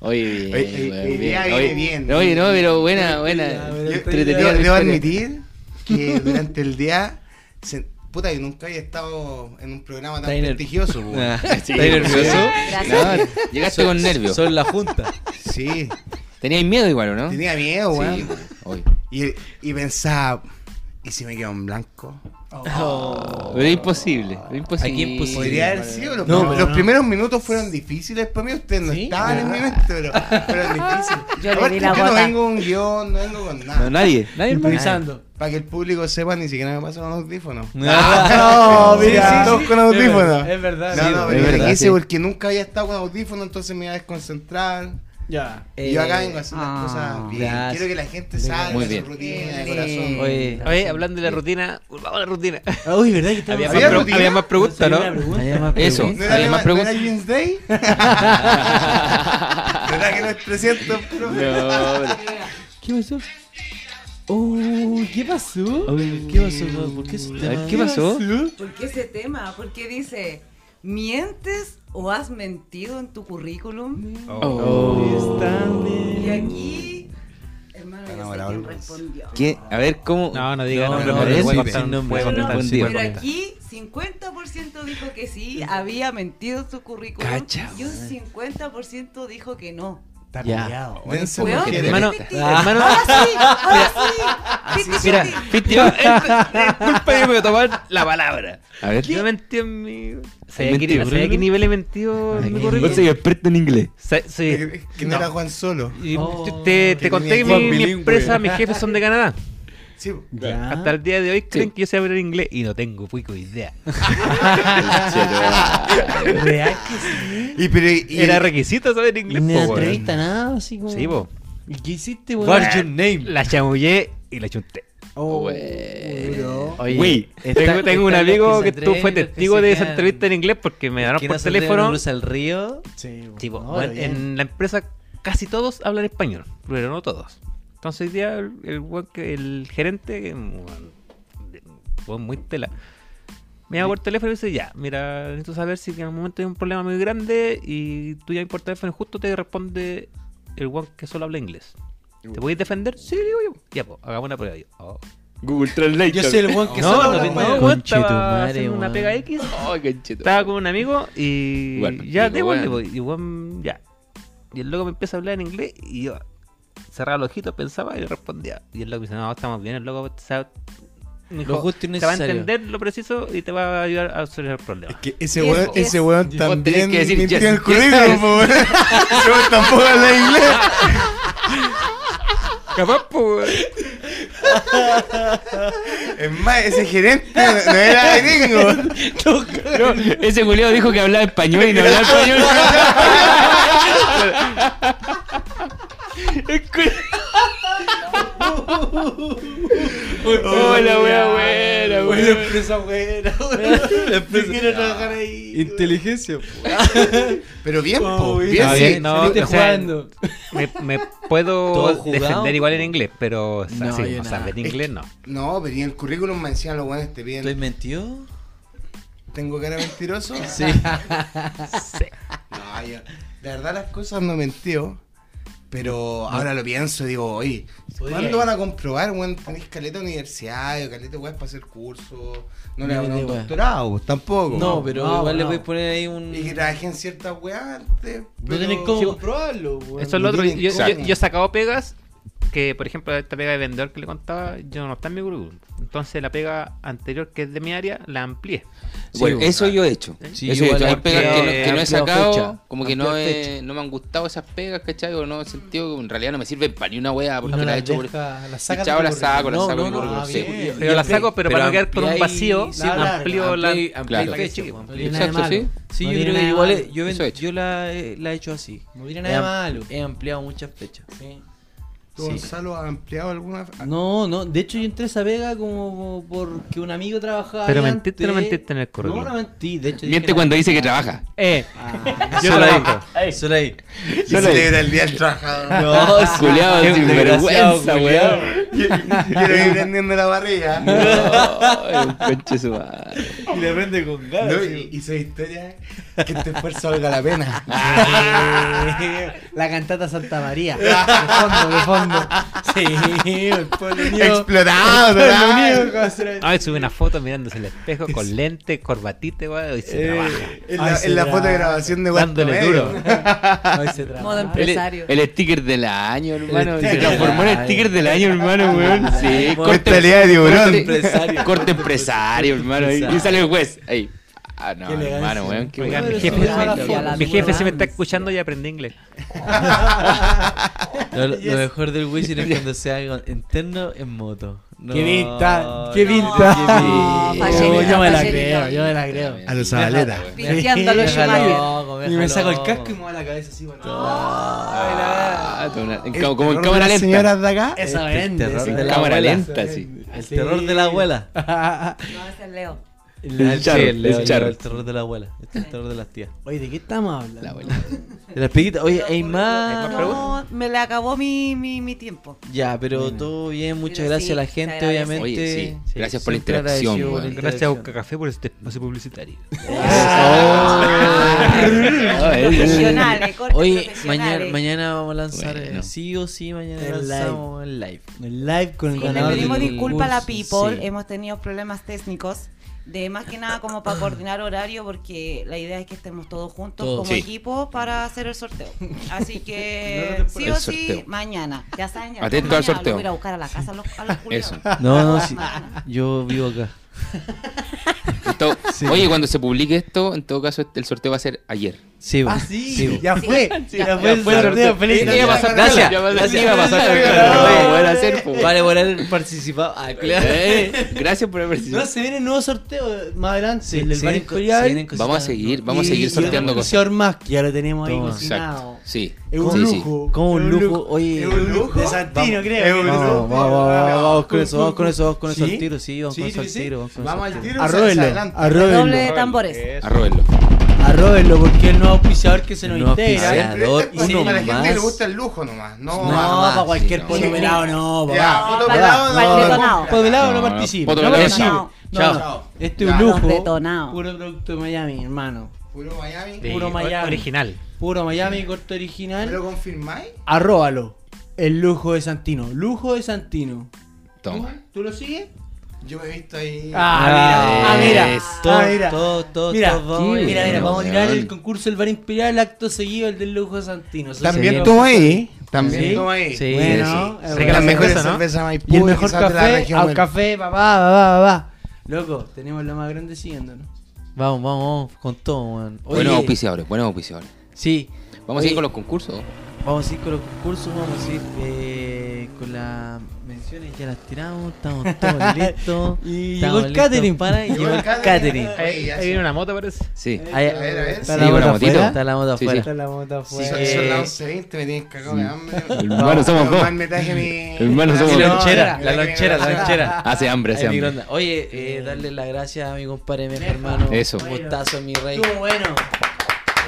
Oye, bien.
Oye, oye,
weón,
oye,
bien.
ya viene
Oye,
bien.
oye, no, pero buena, buena.
Ya, pero estoy-
Entretenida
Debo,
la
debo
historia.
admitir que durante el día. se- puta, yo nunca había estado en un programa tan
Está en el-
prestigioso. po.
Ah.
¿Estás
nervioso?
Gracias.
No, llegaste con nervios.
Son la junta.
Sí,
Tenías miedo igual, ¿o no?
tenía miedo,
Sí,
weón.
weón, obvio.
Y, y pensaba, ¿y si me quedo en blanco?
Oh,
Oh,
Pero es imposible. es imposible.
Aquí imposible.
Podría haber sido. Los,
No,
prim-
pero
los
no.
primeros minutos fueron difíciles para mí. Ustedes no
¿Sí?
estaban en mi mente, pero fueron difíciles.
Yo le
Aparte,
di la
yo no
gota.
vengo con un guión, no vengo con nada.
No, nadie. Nadie
Improvisando.
Para que el público sepa, ni siquiera me pasan Ah, los audífonos.
Ah.
No,
Sí, sí, todos con audífonos.
Es verdad.
No,
sí,
no,
weón.
pero
es
yo le
verdad,
quise
sí.
porque nunca había estado con audífonos, entonces me iba a desconcentrar.
Ya.
Y yo acá vengo a hacer
ah,
las cosas bien.
gracias.
Quiero que la gente salga
Muy
de
bien.
su rutina, de corazón.
Oye,
Oye, hablando de la rutina, volvamos a la rutina.
Uy, ¿verdad que estaba-
Había,
¿Había
más, pre-
rutina?
había más preguntas,
Había una
¿no?
pregunta.
Había más
Eso.
preguntas.
¿No era,
¿Alguien más
¿no era
pregunta?
James Day? ¿Verdad que no es 300, profe?
¿Qué pasó? Oh, ¿qué pasó?
Uy.
¿Qué pasó? ¿Por qué ese
A ver,
tema?
¿qué pasó?
¿Por qué ese tema? ¿Por qué dice, mientes o has mentido en tu currículum?
Oh,
Y aquí, hermano, yo sé quién respondió.
¿Qué? A ver, ¿cómo?
No, no diga
No,
nombre,
no,
porque
no,
puede
sí,
contar-
sí, no,
puede
no,
contar,
no,
sí,
no,
puede
Pero
contar.
aquí 50% dijo que sí, había mentido en su currículum
Cacha,
y un 50% dijo que no.
Está
Ya.
peleado.
Dense
Weón,
mujeres.
¿qué
Hermano,
mentira?
hermano.
Ahora sí, ahora sí.
Mira,
Fifty-fifty.
Fiti, yo- es- es culpa yo me voy a tomar la palabra.
A ver.
Yo mentí en mi. Ah, ¿Sabía
¿Mentí,
qué- sabía qué
Bruno?
nivel he mentido en mi currículum?
Vos sois experto en inglés.
Sa- Sí.
Que- Que no, era Juan Solo.
Y
Oh,
te te
que
conté que
tenía
mi,
que-
mi empresa, mis jefes son de Canadá.
Sí,
Ya.
Hasta el día de hoy creen que yo sé hablar inglés y no tengo pico idea.
Ah.
Real que
Y, pero, y,
Era requisito saber
sí.
inglés.
Ni
po, weón.
entrevista, nada, así como.
Sí, po.
¿Y qué hiciste,
What's your name? La chamullé y la chunté.
Oh,
Güey.
duro.
Eh, Oye,
Güey,
está-
Tengo, tengo un
están los
amigo
se
que tú fue
atreven, los que
testigo
se
de esa
quedan-
entrevista en inglés porque me
que
llamaron
no
por
se atreven a
teléfono.
cruzar el río?
Sí,
Sí, po.
no,
Bueno,
bien.
en la empresa casi todos hablan español, pero no todos. Entonces hoy día el, el weón que- el gerente, que, weón, de- weón muy tela, me llama por teléfono y dice, ya, mira, necesito saber si en algún momento hay un problema muy grande y tú ya por teléfono y justo te responde el one que solo habla inglés. ¿Te podéis defender? Sí, digo yo. Ya, pues, hagamos una prueba. Yo, oh.
Google Translate.
Yo soy el buen que
No, no,
solo habla
no,
español.
weón, estaba
Conchetumare,
haciendo una
weón.
pega X
Oh, conchito.
estaba con un amigo y
Igual,
ya
digo,
démosle,
weón.
po, y weón, ya. Y el loco me empieza a hablar en inglés y yo cerraba los ojitos, pensaba y le respondía. Y el loco me dice, no, estamos bien, el loco sabe- me dijo,
Lo justo y
te va a
necesario.
entender lo preciso y te va a ayudar a solucionar el problema.
que ese
Yes,
weón,
yes.
ese weón
Vos
también
tenés que decir
mintió
yes,
el currículum, po, weón. Ese weón tampoco habla inglés.
Capaz,
Es más, ese gerente no no era gringo.
No, ese culiao dijo que hablaba español y no hablaba español. Hola, wea, buena,
Güey,
wea.
la empresa buena, güey. La empresa. quiero trabajar ahí. Inteligencia,
Pero bien, po,
Oh,
bien,
No,
sí.
bien, no,
Saliste
o sea,
jugando.
me, me
Todo
puedo
jugado.
defender igual en inglés, pero o sea,
No,
sí,
yo
o sea,
nada.
en inglés no.
No, pero y el currículum me decían los weones te
¿Estoy
piden.
mentido?
¿Tengo cara mentiroso?
Sí.
No, yo, de verdad las cosas no mentío. Pero ahora lo pienso y digo, oye, ¿cuándo van a comprobar, weón? Tenéis caleta universidad, caleta weón para hacer cursos. No le
Miles
hagan
de
un
weas.
doctorado, pues, tampoco.
No, pero
no,
igual le
no.
voy a poner ahí un...
Y que trabajen ciertas weas antes.
No
pero-
tenés cómo comprobarlo, güey.
Eso es lo
no
otro. Yo,
tienen-
yo-
Exacto.
yo he sacado pegas que, por ejemplo, esta pega de vendedor que le contaba, yo no está en mi currículum. Entonces la pega anterior, que es de mi área, la amplié.
Bueno, eso yo he hecho.
Sí,
eso he
igual
hecho. Hay pegas
ampliado-
que no, que no he
ampliado
sacado,
fecha.
como que
Ampliado
no, he-
fecha.
no me han gustado esas pegas, ¿cachai? O no, en sentido que en realidad no me sirven para ni una wea, porque
No
la he
la
hecho por...
deja, la
Y
sacas
chao,
de
la
tu
saco, la
currículum.
saco de mi
No, no,
currículum,
ah,
sí.
bien.
Pero la saco, pero, para no quedar con un
ampliáis-
vacío,
sí,
la-
amplio la.
ampliáis- ampliáis
Claro.
fecha,
Claro.
ampliáis
Nada de
Exacto, sí.
malo.
Sí,
No
yo
tiene
creo que
nada de
igual
malo.
he- yo,
Eso
ven-
hecho.
yo la, he- la he hecho así.
No tiene
He
nada de
am-
malo.
He ampliado muchas fechas.
¿Tú,
Sí.
Gonzalo, has ampliado alguna?
No, no, de hecho yo entré a esa vega como porque un amigo trabajaba.
Pero
ahí
mentiste o no
antes.
mentiste en el
No,
currículum.
no mentí, de hecho. dije
Miente
la-
cuando dice que trabaja.
Eh,
Ah,
yo trabajo.
Solo ahí.
Y
Yo la-
celebra el día del trabajador.
No,
Culeado, sin vergüenza, weón.
Quiero ir prendiendo la barriga.
No, conche su madre.
Y le prende con
No,
ganas.
y, y esa historia Que este esfuerzo valga la pena.
La cantata Santa María. De fondo, de fondo. Sí, el pueblo unido.
Explotado,
Pueblo
¿verdad?
unido, ¿cómo será?
Ay, sube una foto mirándose al espejo con lente, corbatita, weón, y se trabaja.
En
Ay,
la,
se
en la
tra-
foto de grabación de Guanto
Dándole
Medio.
duro.
Ay, Ah, se traba.
Modo
El, e-
empresario.
el sticker del año, hermano. Se
sticker
transformó
del
en
año. Ah,
sticker del año, hermano, weón. Sí,
Con
Mentalidad de tiburón.
corte empresario. Corte empresario, hermano. ahí. Y sale el juez. Ahí. Ah, no,
Qué elegancia.
hermano, weón. Qué
Oiga,
weón.
mi
Pero
jefe,
sube una
mi-
foto.
mi jefe se me está escuchando y aprendí inglés.
Lo, lo mejor del Witcher es cuando se haga interno en moto. No,
Qué vinta, qué
no,
vinta.
qué
No,
vinta.
Fallelito,
yo me la
Fallelito.
creo, yo me la creo.
A los
Ah,
Zabaleta.
Pisteando a los
Déjalo,
Schumacher.
loco,
Y me
déjalo,
saco el casco y me
loco.
muevo la cabeza así, bueno.
Ah, toda una- en ca-
El
como en
terror
cámara
de las
lenta.
señoras de acá.
Esa
Este
vende.
terror
sí.
de la
cámara
abuela.
lenta, sí.
El terror de la abuela.
No, ese es Leo.
El charro,
Sí, Leo,
el charro.
El terror de la abuela. Este es el terror de las tías.
Oye, ¿de qué estamos hablando?
La abuela.
De las peguitas. Oye, hay
más
más.
No, me le acabó mi, mi, mi tiempo.
Ya, pero todo bien, muchas
Pero
gracias
sí,
a la
se
gente,
agradece.
obviamente.
Oye, sí, gracias por la
siempre
interacción,
agradecido por la
Gracias
weón.
a
interacción.
Busca Café por este espacio publicitario.
Profesionales, cortes
Oye, mañana,
profesionales.
mañana vamos a lanzar, eh,
Bueno.
sí o sí, mañana
El
lanzamos el live.
El live con el
Sí, le
ganador.
pedimos
del
disculpas a la
concurso,
people,
sí.
hemos tenido problemas técnicos. De más que nada como para coordinar horario, porque la idea es que estemos todos juntos
Todos.
como
Sí.
equipo para hacer el sorteo. Así que sí
El
o
sorteo.
sí, mañana. Ya saben, ya
Atento
mañana
al sorteo.
los voy a ir a buscar a la casa a los, a los culiados.
Eso.
No, no, sí,
Mañana.
yo vivo acá.
Oye, cuando se publique esto, en todo caso, este, el sorteo va a ser ayer.
Sí,
Ah,
bueno, sí,
sí,
bueno.
ya fue. Ya fue el
fue el
sorteo. Feliz
Sí, iba a
Navidad.
pasar,
Gracias.
Ya va a ser-
Gracias.
sí, va a pasar,
Gracias.
claro,
Gracias.
lo voy a hacer, pues. po.
Vale, por haber participado. Ah, claro.
Eh, Gracias por haber
No, se viene un nuevo sorteo eh, más adelante.
Sí,
el del
se
Bar
vienen co-
Imperial.
se vienen cositas.
Vamos a seguir, vamos a
Y-
seguir
y otro
sorteando cosas.
anunciador más que ya lo tenemos ahí
Toma.
cocinado.
Exacto. Sí.
Es un
Sí, sí.
lujo.
Como un
es
lujo, oye.
Es un lujo. De Santino, creo.
Es un
Vamos,
lujo.
vamos, vamos, vamos, vamos con eso, vamos con eso, vamos con eso
¿Sí?
al tiro, sí, vamos
Sí,
con eso
sí,
al
sí.
tiro. Vamos, con eso
Vamos
al
al
tiro.
tiro.
Arróbenlo,
Doble de
arróbenlo,
tambores.
Arróbenlo.
arróbenlo, porque es el nuevo auspiciador que se nos
Nuevo
integra.
auspiciador.
Creador
Uno
a la gente
más.
le gusta el lujo nomás. No,
No,
más.
para cualquier
sí, no.
polo pelado no,
Ya,
papá.
foto
para-
pelado,
para el
no,
detonado.
no.
Polo pelado no
No, no,
participa.
foto
No
pelado.
participa.
Chao.
No, no.
Chao.
Este es un
Ya.
lujo.
Los detonados.
Puro producto de Miami, hermano.
Puro Miami.
De
Puro
or-
Miami.
Original.
Puro Miami, corto
¿Me lo
original.
confirmáis?
Arróbalo. El lujo de Santino. Lujo de Santino.
Toma.
¿Tú lo sigues?
Yo me he visto ahí.
Ah,
Ah,
mira.
eso.
Ah, mira.
Todo, todo,
Mira,
todo,
mira,
bueno.
mira, vamos a
weón.
tirar el concurso del Bar Imperial, acto seguido, el del lujo de Santino. Eso
También
sería-
tú ahí. También
Sí.
tú ahí.
Sí,
Bueno,
sí. Sé
eh,
que
bueno.
la
Las mejores
cerveza, ¿no?
cervezas Maipú,
Y el mejor
quizás de la
café,
región
al
del-
café, papá, papá, papá. Loco, tenemos lo más grande siguiéndonos.
Vamos, vamos, vamos con todo, weón. Oye,
Buenos auspiciadores, buenos auspiciadores.
Sí,
Vamos a seguir
Oye.
con los concursos.
vamos a ir con los concursos, vamos a ir eh, con las menciones, ya las tiramos, estamos todos listos.
Y
Estamos
llegó el
listos
catering.
Para, y llegó el catering.
Ahí, ahí viene una moto, parece.
Sí.
Ahí-
A ver, a ver.
sí,
¿Está la moto
una
afuera?
motito, Está la moto
Sí, sí.
afuera.
Está la moto afuera.
Pues,
Son, son las 11.20, me tienen cagado de hambre.
Hermano, somos
Menos
dos.
mal me traje mi...
Hermano,
mi
somos
lonchera,
dos.
lonchera, la
mira que
lonchera,
me
la
va a-
lonchera.
Hace hambre,
Ahí
hace hambre.
microondas. Oye, eh, darle las gracias a mi compadre Meja, hermano.
Eso.
Un gustazo, mi rey.
Estuvo bueno.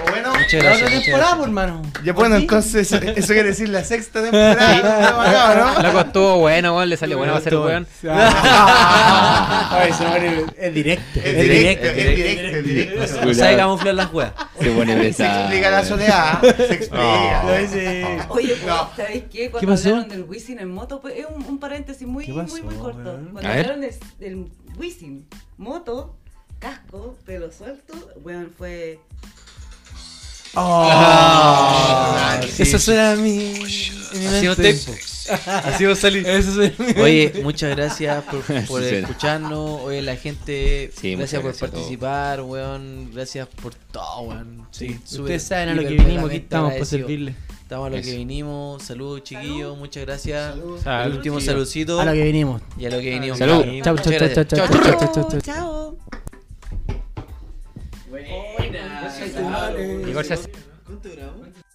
O Bueno,
Muchas
La otra
gracias. muchas
temporada,
gracias.
pues, hermano.
ya bueno, entonces eso, eso quiere decir la sexta temporada. Estamos acá, ¿no?
Loco, estuvo bueno, weón. Le salió bueno, va a ser weón.
Ah. Oye, se muere- es directo.
Es directo, es directo, es directo.
No sabe camuflar las weas.
Se pone
Se explica
pesado.
la soledad, se explica.
Lo dice-
Oye,
No.
¿sabéis qué? Cuando
pasó?
hablaron del Wisin en moto, pues, es un, un paréntesis muy,
¿Qué pasó,
muy, muy corto.
weón?
Cuando
A ver.
hablaron del, del Wisin, moto, casco, pelo suelto, weón, fue.
Eso suena a mí. en mi
Así
mente.
Así va a salir.
Eso suena a mí.
Oye, muchas gracias por, por
Sí, sí.
escucharnos. Oye, la gente,
Sí, muchas
gracias por
gracias a todos.
participar, weón. Gracias por todo, weón. Sí, súper,
Ustedes saben a lo que
hiper
vinimos, aquí
plenamente
estamos para
agradecido.
servirle.
Estamos a lo que
Eso.
vinimos. Saludos, chiquillos. Muchas gracias.
O sea,
El último saludcito.
A lo que vinimos.
Y a lo que vinimos.
Salud.
Muchas
Chau, chau, chau, chau,
gracias.
chau, chau, chau, chau, chau, chau.
Chao.
Igor se hace-